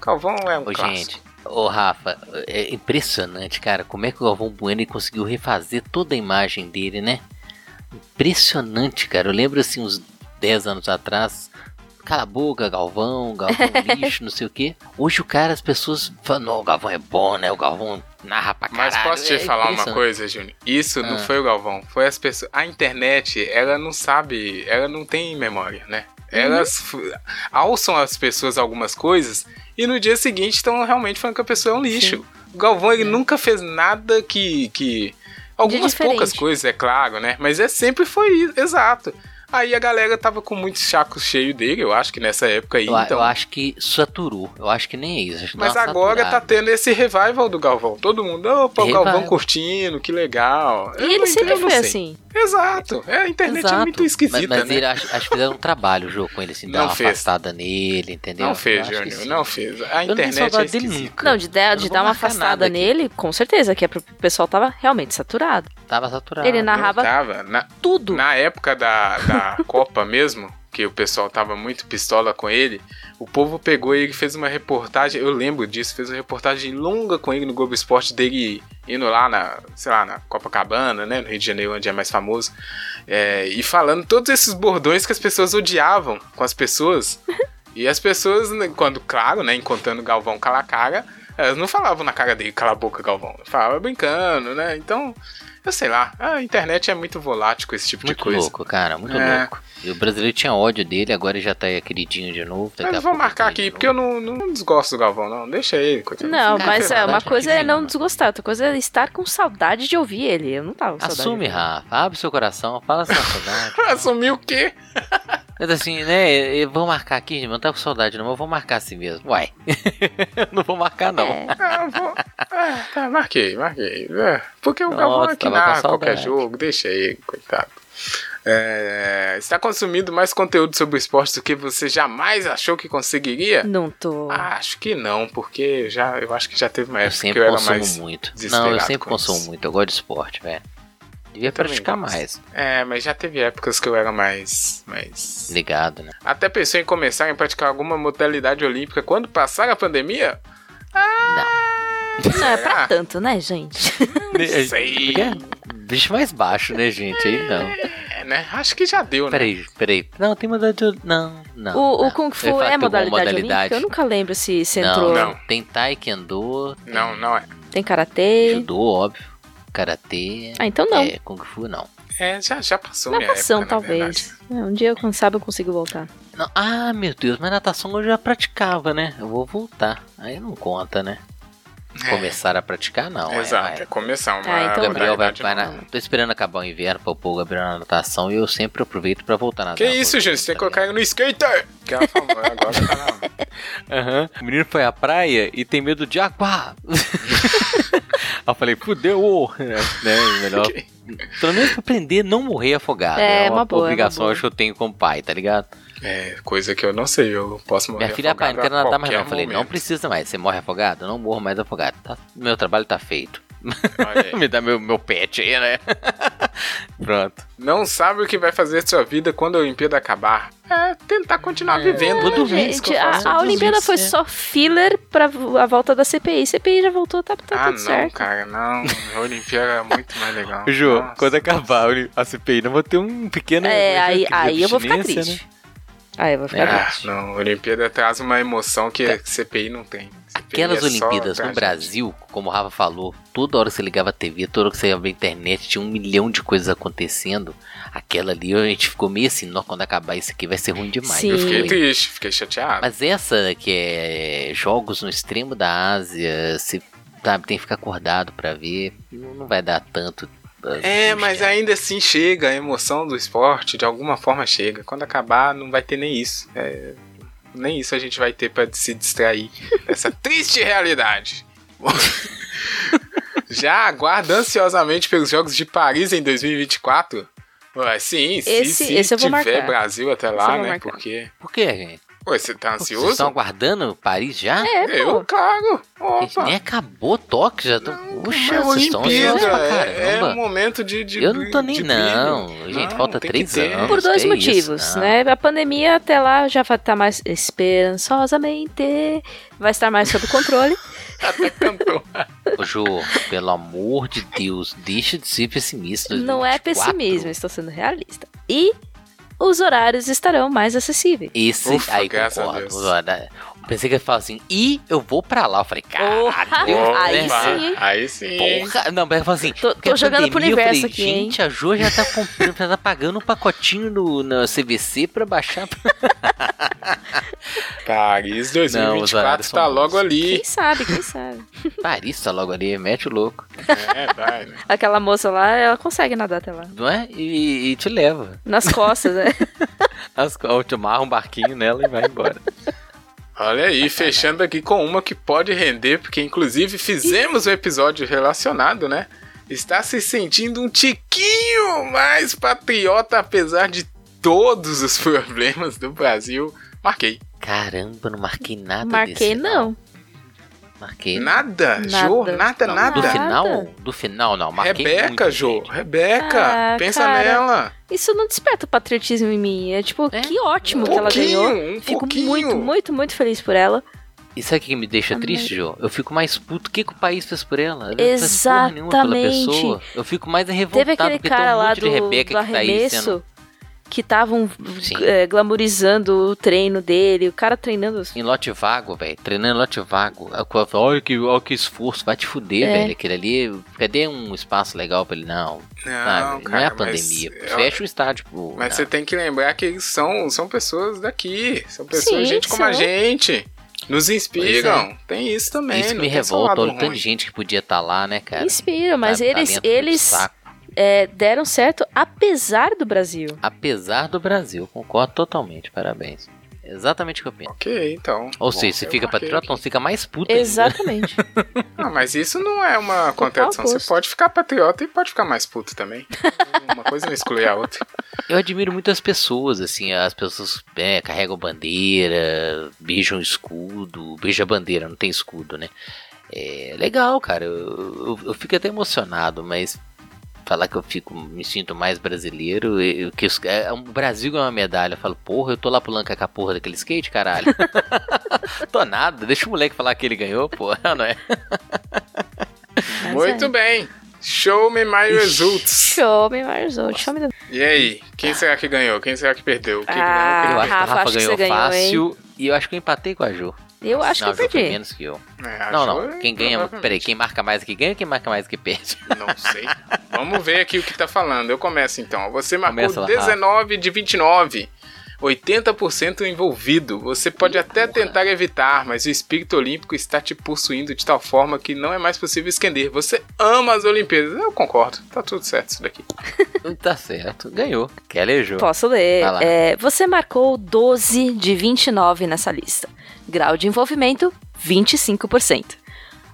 Galvão é um
Ô,
clássico.
gente, ô Rafa, é impressionante, cara, como é que o Galvão Bueno ele conseguiu refazer toda a imagem dele, né? Impressionante, cara. Eu lembro assim, uns 10 anos atrás. Cala a boca, Galvão, Galvão lixo, não sei o quê. Hoje o cara, as pessoas falam, não, o Galvão é bom, né? O Galvão narra pra caralho.
Mas posso te
É
falar uma
impressionante.
coisa, Júnior? Isso não
Ah.
foi o Galvão, foi as pessoas. A internet, ela não sabe, ela não tem memória, né?
Uhum.
Elas f- alçam as pessoas algumas coisas e no dia seguinte estão realmente falando que a pessoa é um lixo. O Galvão,
É.
ele nunca fez nada que. que... Algumas
diferente.
poucas coisas, é claro, né? Mas é sempre foi isso, exato. Aí a galera tava com muito chaco cheio dele, eu acho que nessa época aí.
Eu, a-
então...
eu acho que saturou. Eu acho que nem é isso. acho que deu
Mas
uma
agora tá
saturada.
tendo esse revival do Galvão. Todo mundo, opa, o
Revival.
Galvão curtindo, que legal.
E
Eu
ele
não
sempre
entendo,
foi
não sei.
assim.
Exato. É, a internet é muito esquisita,
mas, mas
né?
ele, acho, acho que fizeram um trabalho, Jô, com ele, assim, dar
Não
uma
fez.
afastada nele, entendeu?
Não fez,
é Eu acho que
Júnior,
sim.
não fez. A
Eu não tenho
internet é
saudade dele
esquisita.
nunca.
Não, de, dar-
Eu
de
não vou
dar uma
marcar nada
afastada
aqui.
nele, com certeza, que é pro o pessoal tava realmente saturado.
Tava saturado.
Ele
Não
narrava
tava. Na,
tudo.
na época da, da Copa mesmo, que o pessoal tava muito pistola com ele, o povo pegou ele e fez uma reportagem, eu lembro disso, fez uma reportagem longa com ele no Globo Esporte, dele indo lá na, sei lá, na Copacabana, né, no Rio de Janeiro, onde é mais famoso, é, e falando todos esses bordões que as pessoas odiavam com as pessoas. E as pessoas, né, quando, claro, né, encontrando o Galvão cala a cara, elas não falavam na cara dele, cala a boca, Galvão. Falava brincando, né? Então, eu sei lá, a internet é muito volátil com esse tipo de
Muito
coisa.
louco, cara, muito
É.
louco. E o brasileiro tinha ódio dele, agora ele já tá aí queridinho de novo. daqui a
Mas vou
pouco
marcar
ele
aqui,
tá de
porque
novo.
eu não, não desgosto do Galvão, não. Deixa ele, coitado.
Não,
Cara,
mas é,
verdade,
uma
que
coisa é
menino.
não desgostar, outra coisa é estar com saudade de ouvir ele. Eu não tava com saudade.
Assume, Rafa, abre seu coração, fala sua saudade.
Assumir o quê?
Mas assim, né, eu vou marcar aqui, irmão, não tá com saudade não, mas eu vou marcar assim mesmo. Uai, não vou marcar não.
É,
Ah, eu vou... ah, tá, marquei, marquei. É, porque o
Nossa,
Galvão é que
tava com
narra qualquer
saudade.
jogo, deixa ele, coitado. É, está consumindo mais conteúdo sobre o esporte do que você jamais achou que conseguiria?
não tô.
Ah,
Acho que não, porque já, eu acho que já teve uma
Eu
época que eu
sempre
era
consumo
mais.
muito. Não, eu
desesperado
sempre
com
consumo
isso.
muito, eu gosto de esporte, velho. Devia
também
praticar
gosto.
mais.
É, mas já teve épocas que eu era mais. mais...
Ligado, né?
Até pensei em começar em praticar alguma modalidade olímpica quando passar a pandemia? Ah,
Não é pra
Será?
tanto, né, gente?
sei.
Porque é Bicho mais baixo, né, gente? Aí não.
É, né? Acho que já deu, né?
Peraí, peraí. Não, tem modalidade. Não, não.
o, o
não.
Kung Fu
Eu ia falar que
é
tem uma
modalidade, olímpica? Eu nunca lembro se, se entrou.
Não,
Não.
tem taekwondo, tem
Não, não é.
Tem karatê.
judô, óbvio, karatê,
Ah, então não.
é, kung fu, não.
É, já, já passou minha
Natação,
época, na verdade.
talvez. É, um dia, quem sabe, eu consigo voltar.
Não, Ah, meu Deus, mas natação eu já praticava, né? Eu vou voltar. Aí não conta, né? Começar a praticar, não. é,
É. Exato, é,
é.
começar uma
Ah,
O
então-
Gabriel vai,
modalidade
vai
nova.
na... Tô esperando acabar o inverno pra pôr o Gabriel na natação e eu sempre aproveito pra voltar na
Que isso, gente? Você tem que colocar ele no skater! Que ela falou, agora tá na-
Aham. O menino foi à praia e tem medo de água. Aí eu falei, fudeu! ô. É, né, melhor. Pelo menos pra aprender a não morrer afogado.
É, uma boa, é uma
obrigação
boa.
acho que eu tenho como pai, tá ligado?
É, coisa que eu não sei, eu posso morrer
Minha filha, pai, não
afogado
quero
a
nadar mais não. Eu
qualquer
Falei, não
momento.
precisa mais. Você morre afogado? Eu Não morro mais afogado. Tá- Meu trabalho tá feito.
Olha aí.
É. Me dá meu, meu pet aí, né? Pronto.
Não sabe o que vai fazer de sua vida quando a Olimpíada acabar. É tentar continuar vivendo.
vou
né,
dormir,
Isso que
Gente,
eu faço
a, a
todos os
Olimpíada
dias.
foi
é.
só filler pra vo- a volta da CPI. CPI já voltou, tá, tá
Ah,
tudo
não,
certo.
cara, não. A Olimpíada é muito mais legal.
Ju,
Nossa.
é
quando acabar a CPI, não vou ter um pequeno.
É, aí,
uma
aí eu vou ficar
abstinência,
né?
triste. Aí eu vou ficar
Ah,
triste.
não, Olimpíada traz uma emoção que a CPI não tem. CPI
Aquelas
é só
Tá. Olimpíadas
pra
no
gente.
Brasil, como o Rafa falou, toda hora que você ligava a TV, toda hora que você ia a internet, tinha um milhão de coisas acontecendo. Aquela ali, a gente ficou meio assim, não, quando acabar isso aqui vai ser ruim demais.
Sim.
Eu fiquei
Foi.
triste, fiquei chateado.
Mas essa que é jogos no extremo da Ásia, você sabe, tem que ficar acordado pra ver, não não vai dar tanto. ah,
É,
angústia.
mas ainda assim chega, a emoção do esporte de alguma forma chega. Quando acabar, não vai ter nem isso. É, nem isso a gente vai ter pra se distrair dessa triste realidade. Já aguardo ansiosamente pelos Jogos de Paris em 2024. Ué, sim, se-
Esse-
se,
esse eu vou
tiver
marcar.
Brasil até
Esse eu
lá,
vou
né?
marcar.
Porque.
Por quê, gente?
Ué, você tá
Pô, Vocês estão
ansioso?
aguardando Paris já?
É, pô.
Eu, claro.
Gente,
Opa.
nem acabou Tóquio, já tô... Puxa,
é
vocês estão ansiosos
Olimpíada.
pra
É, é um
caramba.
momento de. de
eu não tô
brilho,
nem,
de brilho.
não. Gente,
Não,
falta
tem que
três
ter.
anos.
Por dois
que é isso, Ah.
motivos,
não.
né? A pandemia até lá já vai estar mais esperançosamente, vai estar mais sob controle.
Tá Até cantou.
Ô, Ju, pelo amor de Deus, deixa de ser pessimista.
Não é
2024.
pessimismo, estou sendo realista. E os horários estarão mais acessíveis.
Esse,
Ufa,
aí
graças a
concordo.
Deus.
Olha, eu Pensei que ele falava assim, e eu vou pra lá. Eu falei,
Porra,
caralho, né?
aí sim, hein?
Aí sim.
Porra, não, mas eu falei assim,
Tô,
porque
tô
a
jogando pro
pandemia, eu
universo
falei,
aqui, hein?
Gente, a Jo já tá comprando, já tá pagando um pacotinho no, na CVC pra baixar. pra-
Paris
Não, os
2024
horários são
tá
bons.
logo ali.
Quem sabe, quem sabe.
Paris, tá logo ali, mete o louco.
é, vai, né?
Aquela moça lá, ela consegue nadar até lá.
Não é? E, e te leva.
Nas costas, né?
As, co- te amarra um barquinho nela e vai embora.
Olha aí, fechando aqui com uma que pode render, porque inclusive fizemos um episódio relacionado, né? Está se sentindo um tiquinho mais patriota, apesar de todos os problemas do Brasil. Marquei.
Caramba, não marquei nada
Marquei
desse,
não.
Marquei
Nada,
Nada.
Jô, nada,
Não,
nada.
Do
Nada.
final? Do final, não. Marquei
Rebeca,
muito,
Jô,
gente.
Rebeca,
Ah,
pensa
cara.
nela.
Isso não desperta o patriotismo em mim. É tipo,
É?
que ótimo
Um
que ela ganhou.
pouquinho, um
Fico
pouquinho.
muito, muito, muito feliz por ela.
E sabe o que me deixa
Amei.
triste, Jô? Eu fico mais puto. O que, que o país fez por ela? Ela não fez porra nenhuma pela
Exatamente.
pessoa. Eu fico mais revoltado
Teve aquele
porque tem
cara
um
lá
monte
do,
de Rebeca
do
que tá aí
arremesso
sendo.
que estavam
Sim.
é, glamorizando o treino dele, o cara treinando.
Em lote vago, velho. Treinando em lote vago. A co- Olha que, olha que esforço, vai te fuder,
É.
velho. Aquele ali, cadê um espaço legal pra ele? Não, sabe? não é a
mas
pandemia.
eu-
Fecha o estádio, pô.
Mas
não.
você tem que lembrar que eles são, são pessoas daqui. São pessoas,
Sim,
gente como a
são.
gente. Nos inspiram. Tem isso também.
é. Isso
não
me
tem só
revolta,
lado
olha o tanto
ruim.
de gente que podia estar lá, né, cara?
Inspira, mas
Sabe,
eles,
talento do
eles
saco.
é, deram certo apesar do Brasil.
Apesar do Brasil, concordo totalmente, parabéns. Exatamente o que eu penso.
Ok, então. Bom,
Ou seja, você
eu
fica
marquei
patriota, não você fica mais puta. ainda.
Exatamente.
Ah, mas isso não é uma contradição. Você
oposto.
pode ficar patriota e pode ficar mais puto também. Uma coisa não exclui a outra.
Eu admiro muito as pessoas, assim, as pessoas é, carregam bandeira, beijam escudo, beija bandeira, não tem escudo, né? É legal, cara, eu, eu- eu fico até emocionado, mas falar que eu fico, me sinto mais brasileiro, eu, que os- é, o Brasil ganhou uma medalha, eu falo, porra, eu tô lá pulando com a porra daquele skate, caralho. tô nada, deixa o moleque falar que ele ganhou, porra, não é?
Mas
Muito
é.
bem. Show me my results.
Show me Marzou, show me
E aí? Quem será que ganhou? Quem será que perdeu? Quem que
Ah,
ganhou?
eu acho
Quem
que a
Rafa,
Rafa
acho que
ganhou
você ganhou,
fácil, e eu acho que eu empatei com a Ju.
Eu acho
não,
que
a
eu
Ju foi
perdi.
menos que eu.
perdeu? É,
Não,
acho
não.
que
Quem ganha.
provavelmente.
Peraí, quem marca mais que ganha, quem marca mais que perde.
Não sei. Vamos ver aqui o que tá falando. Eu começo então. Você marcou
Começa lá, Rafa.
19 de 29. 80% envolvido. Você pode
Ih,
até
porra.
tentar evitar, mas o espírito olímpico está te possuindo de tal forma que não é mais possível esconder. Você ama as Olimpíadas. Eu concordo. Tá tudo certo isso daqui.
Não tá certo. Ganhou. Que alejou.
Posso ler.
Vai lá.
É, você marcou 12 de 29 nessa lista. Grau de envolvimento, 25%.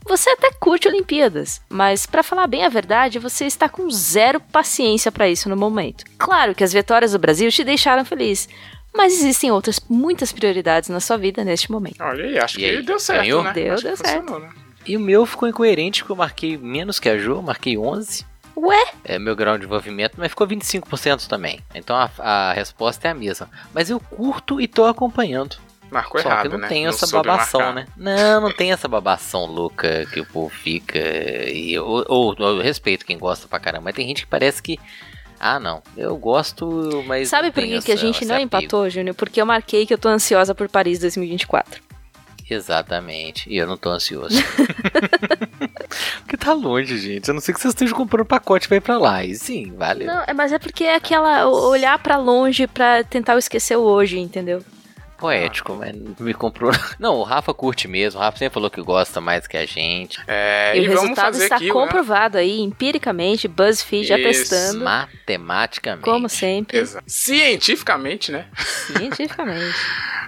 Você até curte Olimpíadas, mas pra falar bem a verdade, você está com zero paciência pra isso no momento. Claro que as vitórias do Brasil te deixaram feliz, mas existem outras muitas prioridades na sua vida neste momento.
Olha aí, acho
E
que
aí,
deu certo,
ganhou?
né?
Deu,
acho que
deu certo.
funcionou, né?
E o meu ficou incoerente, porque eu marquei menos que a Ju, eu marquei 11.
Ué?
É meu grau de envolvimento, mas ficou 25% também. Então a, a resposta é a mesma. Mas eu curto e tô acompanhando.
Marcou
Só
errado,
que eu não
né?
tenho essa
soube
babação,
marcar.
né? Não, não tem essa babação louca que o povo fica. E eu, ou- eu respeito quem gosta pra caramba, mas tem gente que parece que. Ah, não. Eu gosto, mas.
Sabe
não
por
tenho
que, que a
essa-
gente
esse
não
apego.
empatou, Júnior? Porque eu marquei que eu tô ansiosa por Paris 2024.
Exatamente. E eu não tô ansioso.
Porque tá longe, gente. A não ser que vocês estejam comprando pacote pra ir pra lá. E sim, valeu.
Não, é- mas é porque é aquela o- olhar pra longe pra tentar esquecer o hoje, entendeu?
Poético, mas não me comprou. Não, o Rafa curte mesmo. O Rafa sempre falou que gosta mais que a gente.
É,
e o
e vamos
resultado
fazer
está
aqui, né?
comprovado aí, empiricamente, BuzzFeed já
Isso.
testando,
Matematicamente.
como assim? sempre,
Exato. Cientificamente, né?
cientificamente.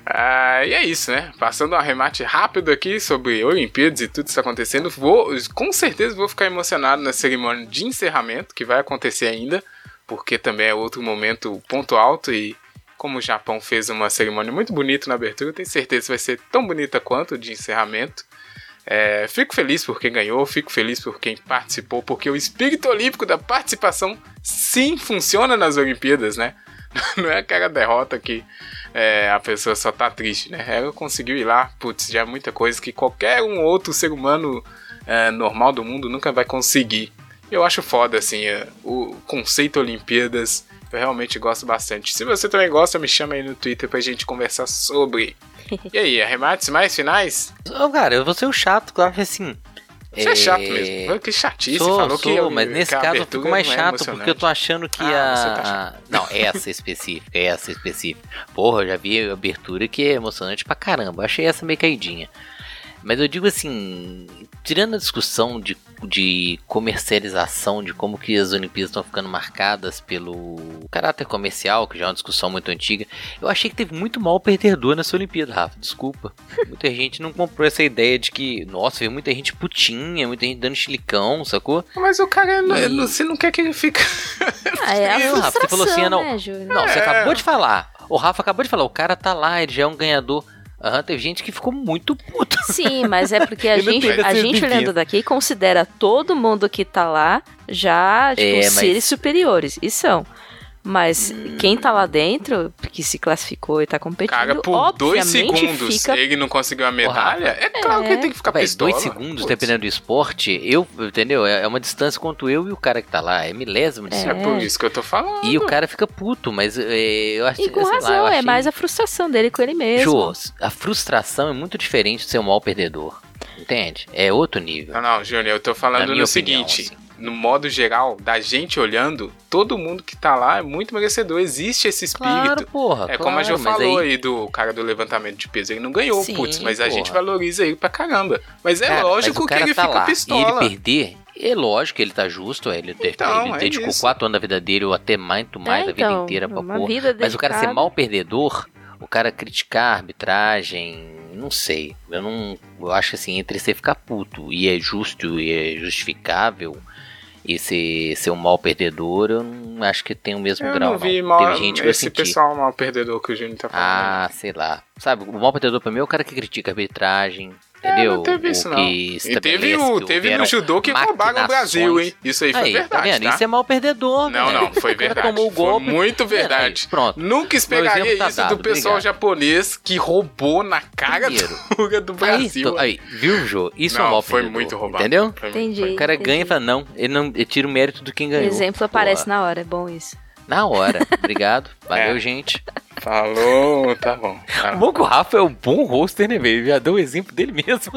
Ah, e é isso, né? Passando um arremate rápido aqui sobre Olimpíadas e tudo que está acontecendo, vou, com certeza vou ficar emocionado na cerimônia de encerramento, que vai acontecer ainda, porque também é outro momento ponto alto e como o Japão fez uma cerimônia muito bonita na abertura, eu tenho certeza que vai ser tão bonita quanto o de encerramento. É, fico feliz por quem ganhou, fico feliz por quem participou, porque o espírito olímpico da participação sim funciona nas Olimpíadas, né? Não é aquela derrota que é, a pessoa só tá triste, né? Ela conseguiu ir lá, putz, já é muita coisa que qualquer um outro ser humano é, normal do mundo nunca vai conseguir. Eu acho foda, assim, é, o conceito Olimpíadas. Eu realmente gosto bastante. Se você também gosta, me chama aí no Twitter pra gente conversar sobre. E aí, arremates mais finais?
Ô, cara, eu vou ser o chato, claro, assim.
Você é, chato mesmo. Olha Que chatice.
Sou,
falou que
sou,
eu,
mas nesse
que a
caso eu
abertura
fico mais
não é
chato, porque eu tô achando que
Ah,
a...
você tá chato.
Não, essa específica, essa específica. Porra, eu já vi a abertura que é emocionante pra caramba. Eu Achei essa meio caidinha. Mas eu digo assim, tirando a discussão de, de comercialização, de como que as Olimpíadas estão ficando marcadas pelo caráter comercial, que já é uma discussão muito antiga, eu achei que teve muito mal perdedor nessa Olimpíada, Rafa, desculpa. Muita gente não comprou essa ideia de que, nossa, veio muita gente putinha, muita gente dando chilicão, sacou?
Mas o cara, não-
E-
você não quer que ele fique.
Ah, é a
Isso, Rafa,
frustração,
você falou assim, ah, não.
né, Júlio?
Não, você
É.
acabou de falar. O Rafa acabou de falar, o cara tá lá, ele já é um ganhador. Aham, teve gente que ficou muito puta.
Sim, mas é porque a
Eu não
gente,
tenho
a
essa
gente
ideia.
olhando daqui considera todo mundo que tá lá já, tipo,
É, mas- Hum.
seres superiores, e são. Mas quem tá lá dentro, que se classificou e tá competindo,
Cara, por dois
obviamente
segundos
É,
fica...
ele não conseguiu a medalha? É claro que ele tem que ficar
Véi,
pistola.
dois segundos,
Putz.
dependendo do esporte, eu, entendeu? É é uma distância quanto eu e o cara que tá lá. É milésimo de
É.
É
segundo.
por isso que eu tô falando.
E o cara fica puto, mas é, eu acho
E com
sei lá, eu
razão, é
achei-
mais a frustração dele com ele mesmo.
Jô, a frustração é muito diferente de ser um mau perdedor. Entende? É outro nível.
Não, não, Júnior, eu tô falando
Na minha
no
opinião,
seguinte.
assim.
No modo geral, da gente olhando, todo mundo que tá lá é muito merecedor. Existe esse espírito.
Claro, porra.
É
claro,
como a Jô
mas
falou
aí-
aí... do cara do levantamento de peso. Ele não ganhou,
Sim,
putz, mas a
porra.
gente valoriza ele pra caramba. Mas é
Cara, mas
lógico
o
que
cara
ele
tá
fica
lá
pistola.
E ele perder, é lógico que ele tá justo, ele, de-
Então,
ele
é
dedicou
isso.
quatro anos da vida dele, ou até mais, muito mais,
é,
da
então,
vida inteira pra
uma
porra.
vida
Mas o cara ser
dedicada.
mal perdedor, o cara criticar a arbitragem, não sei. Eu não. Eu acho assim, entre você ficar puto e é justo e é justificável. E ser, ser um mal perdedor, eu não acho que tem o mesmo
Eu
grau.
não vi
não.
mal,
Teve gente que eu
esse
senti.
pessoal mal perdedor que o Júnior tá falando.
Ah, sei lá. Sabe, o mal perdedor pra mim é o cara que critica a arbitragem.
É,
Entendeu?
não teve
O
isso,
que
não. e
estabelece
teve, o,
que
teve
houveram
no judô que roubaram o Brasil, hein?
maquinações.
Isso aí foi
Aí, tá
verdade,
vendo?
tá?
Isso é mal perdedor.
Não,
velho.
não, foi
O cara
verdade.
tomou o golpe.
Foi muito
Pera aí,
verdade.
Pronto.
Nunca esperaria
exemplo tá
isso do
dado,
pessoal
obrigado.
japonês que roubou na cara
Primeiro.
dura do Brasil.
Aí, tô- aí, viu, Jô? Isso é
Não,
um mal
foi
perdedor,
muito roubado.
Entendeu?
Foi-
Entendi.
O cara
entendi.
ganha e fala, não, ele não ele tira o mérito do quem
O
ganhou.
exemplo aparece na hora, é bom isso.
na hora. Obrigado. Valeu,
É.
gente.
Falou, tá bom. Tá
O bom que o Rafa é um bom roster, né, velho? Ele Já deu o exemplo dele mesmo.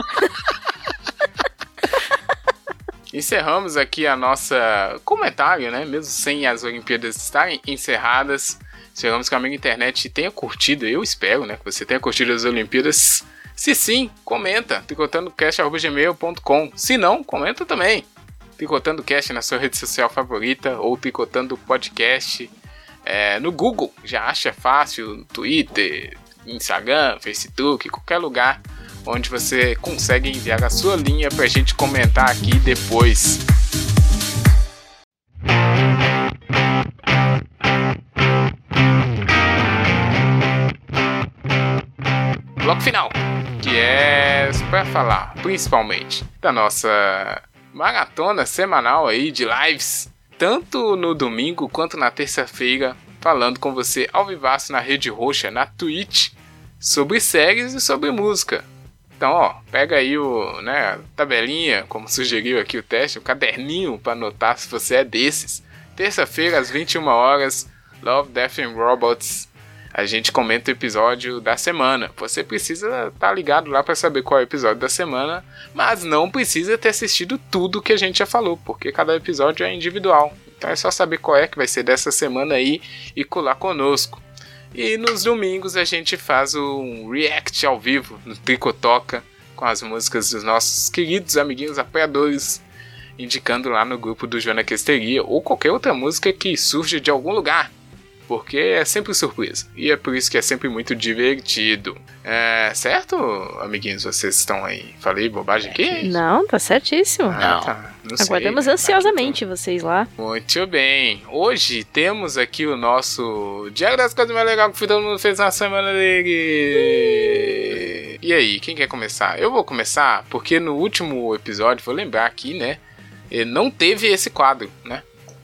Encerramos aqui a nossa comentário, né? Mesmo sem as Olimpíadas estarem encerradas, esperamos que o amigo internet tenha curtido. Eu espero, né? Que você tenha curtido as Olimpíadas. Se sim, comenta tricotandocast.gmail.com. Se não, comenta também. Tricotando Cast na sua rede social favorita ou Tricotando Podcast é, no Google. Já acha fácil, no Twitter, Instagram, Facebook, qualquer lugar onde você consegue enviar a sua linha pra gente comentar aqui depois. Bloco final, que é pra falar principalmente da nossa maratona semanal aí de lives, tanto no domingo quanto na terça-feira, falando com você ao vivaço na Rede Roxa, na Twitch, sobre séries e sobre música. Então, ó, pega aí o, né, a tabelinha, como sugeriu aqui o teste, o caderninho para anotar se você é desses. Terça-feira, às 21 horas, Love, Death and Robots. A gente comenta o episódio da semana. Você precisa estar ligado lá para saber qual é o episódio da semana, mas não precisa ter assistido tudo que a gente já falou, porque cada episódio é individual. Então é só saber qual é que vai ser dessa semana aí e colar conosco. E nos domingos a gente faz um react ao vivo no Tricotoca com as músicas dos nossos queridos amiguinhos apoiadores, indicando lá no grupo do Joana Questeria ou qualquer outra música que surge de algum lugar, porque é sempre surpresa e é por isso que é sempre muito divertido. É, certo, amiguinhos? Vocês estão aí? Falei bobagem aqui?
Não, tá certíssimo.
Ah,
Não.
tá. Não sei.
Aguardamos ansiosamente vocês lá.
Muito bem. Hoje temos aqui o nosso Diário das Coisas Mais Legal que todo mundo fez na semana dele. E aí, quem quer começar? Eu vou começar porque no último episódio, vou lembrar aqui, né? eh, Não teve esse quadro, né?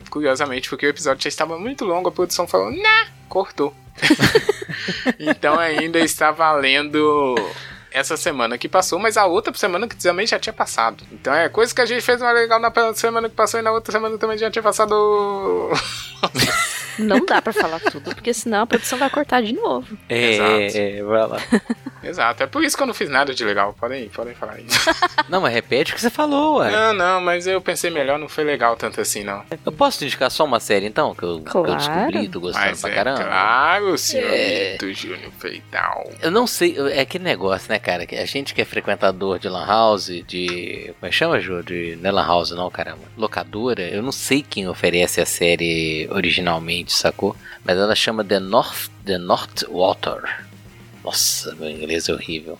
Curiosamente, porque o episódio já estava muito longo, a produção falou, nah, cortou. então ainda está valendo essa semana que passou, mas a outra semana que também já tinha passado. Então é coisa que a gente fez mais legal na semana que passou e na outra semana também já tinha passado.
Não dá pra falar tudo, porque senão a produção vai cortar de novo.
É,
Exato.
é, é, vai lá.
Exato, é por isso que eu não fiz nada de legal. Podem, podem falar isso.
Não, mas repete o que você falou, ué.
não, não, mas eu pensei melhor, não foi legal tanto assim, não.
Eu posso te indicar só uma série então? Que eu, que eu
Claro.
descobri, tô gostando
Mas
pra
é
caramba.
claro, senhorito
É.
Júnior Feital.
Eu não sei, eu- é aquele negócio, né, cara? que A gente que é frequentador de Lan House, de. Como é que chama, Ju? De, não é Lan House, não, caramba. Locadora, eu não sei quem oferece a série originalmente, sacou? Mas ela chama The North, The North Water. Nossa, meu inglês é horrível.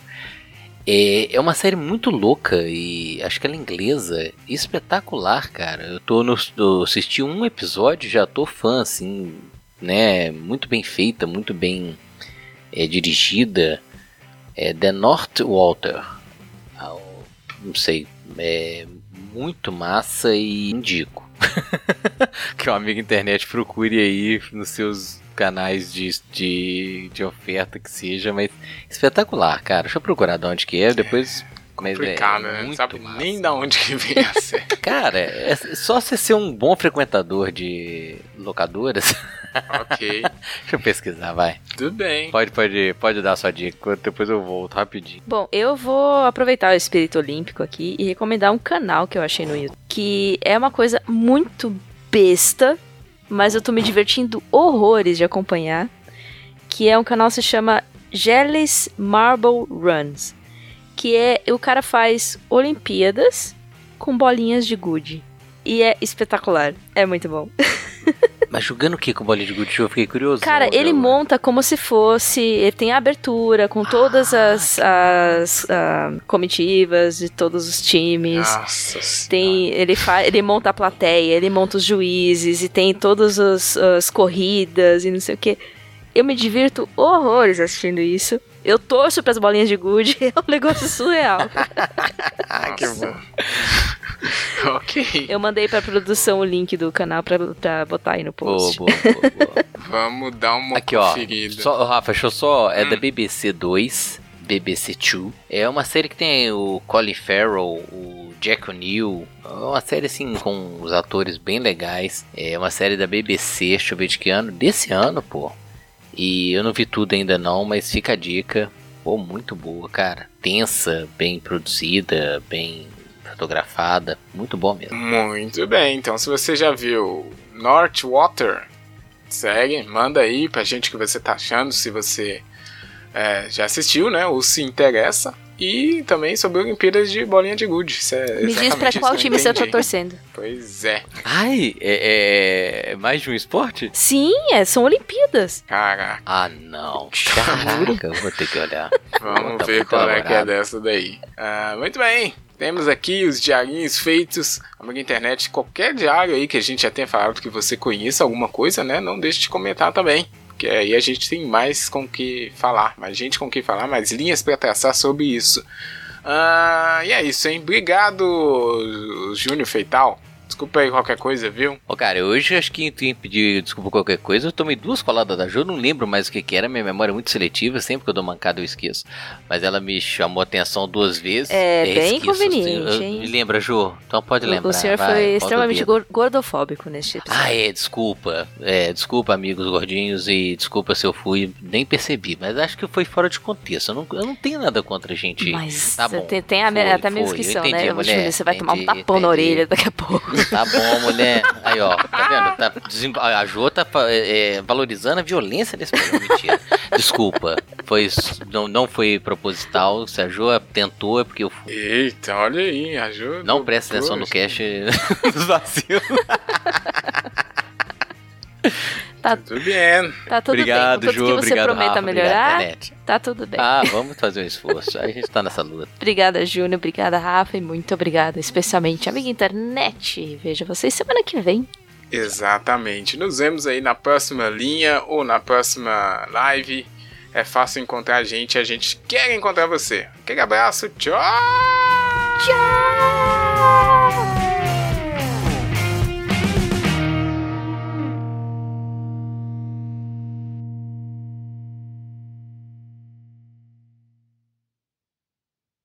É, é uma série muito louca e acho que ela é inglesa e espetacular, cara. Eu tô no. Eu assisti um episódio e já tô fã, assim, né? Muito bem feita, muito bem é dirigida é The North Walter. Ao- Não sei, é muito massa e indico.
que o amigo internet procure aí nos seus canais de, de, de oferta que seja, mas espetacular, cara. Deixa eu procurar de onde que é, depois. Mas
Complicado,
é
né? Não
muito
sabe
massa.
nem da onde que vem a série.
Cara, é só você ser um bom frequentador de locadoras.
ok,
Deixa eu pesquisar, vai.
tudo bem.
Pode, pode, pode dar a sua dica, enquanto depois eu volto rapidinho.
Bom, eu vou aproveitar o espírito olímpico aqui e recomendar um canal que eu achei no YouTube, que é uma coisa muito besta, mas eu tô me divertindo horrores de acompanhar, que é um canal que se chama Jellies Marble Runs, que é o cara faz Olimpíadas com bolinhas de gude. E é espetacular, é muito bom.
Mas jogando o que com o bolinho de gude? Eu fiquei curioso.
Cara,
é
ele
um
monta como se fosse. Ele tem a abertura com todas
Ah,
as, as ah, comitivas de todos os times.
Nossa Ah, senhora.
Tem, ele, fa ele monta a plateia, ele monta os juízes e tem todas as, as corridas e não sei o que. Eu me divirto horrores assistindo isso. Eu torço pras bolinhas de gude, é um negócio surreal.
Ah, que bom. ok.
Eu mandei pra produção o link do canal pra, pra botar aí no
Boa,
post.
boa, boa, boa.
Vamos dar uma
Aqui, ó.
conferida.
Só, Rafa, deixa eu só. É da
Hum.
BBC 2, BBC 2. É uma série que tem o Colin Farrell, o Jack O'Neill. É uma série, assim, com os atores bem legais. É uma série da BBC, deixa eu ver de que ano. Desse ano, pô. E eu não vi tudo ainda não, mas fica a dica. Pô, muito boa, cara. Tensa, bem produzida, bem fotografada. Muito bom mesmo.
Muito bem, então se você já viu Northwater, segue, manda aí pra gente o que você tá achando, se você é, já assistiu, né, ou se interessa. E também sobre Olimpíadas de Bolinha de Gude. Isso é
Me diz
exatamente
pra
isso
qual
que eu
time você tá
entendi.
torcendo.
Pois é,
Ai, é, é mais de um esporte?
Sim, é, são Olimpíadas.
cara,
Ah, não. Caraca, eu vou ter que olhar.
vamos
Tá
ver
muito
qual é que é
elaborado.
dessa daí. Ah, muito bem, temos aqui os diarinhos feitos, amigo internet, qualquer diário aí que a gente já tenha falado que você conheça alguma coisa, né, não deixe de comentar também. Porque aí a gente tem mais com o que falar, mais gente com o que falar, mais linhas para traçar sobre isso. Ah, e é isso, hein? Obrigado, Júnior Feital. Desculpa aí qualquer coisa, viu?
Ô, cara, hoje acho que tu ia pedir desculpa por qualquer coisa. Eu tomei duas coladas da Jo, não lembro mais o que, que era. Minha memória é muito seletiva, sempre que eu dou mancada eu esqueço. Mas ela me chamou a atenção duas vezes.
É,
e aí
bem
esqueço, assim.
conveniente,
Eu-
hein?
Me lembra, Jo? Então pode
O-
lembrar.
o senhor
vai,
foi
roda o
extremamente
dedo.
gor- gordofóbico tipo neste episódio.
Ah, é, desculpa. É, desculpa, amigos gordinhos, e desculpa se eu fui, nem percebi. Mas acho que foi fora de contexto. Eu não, eu não tenho nada contra a gente.
Mas
tá
você
bom,
tem, tem a me-
foi,
até a mesma
foi, eu
inscrição,
entendi,
né? Eu vou te
mulher,
dizer, você vai tomar um
entendi,
tapão na
entendi.
orelha daqui a pouco.
Tá bom, mulher. Aí, ó, tá vendo? Tá desem- a Jô tá fa- é, é, valorizando a violência desse programa. Mentira. Desculpa. Foi, s- não, não foi proposital. Se a Jô tentou, é porque eu fui.
Eita, olha aí, ajuda.
Não presta atenção no
Poxa.
cast dos vacilos.
Tudo bem.
Tá tudo
obrigado,
bem. Com tudo
Ju.
que você
Obrigado,
prometa
Rafa.
melhorar,
Obrigado, internet.
tá tudo bem.
Ah, vamos fazer um esforço. A gente tá nessa luta.
Obrigada, Júnior. Obrigada, Rafa. E muito obrigada, especialmente, amiga internet. Vejo vocês semana que vem.
Exatamente. Nos vemos aí na próxima linha ou na próxima live. É fácil encontrar a gente, a gente quer encontrar você. Aquele abraço, tchau!
Tchau!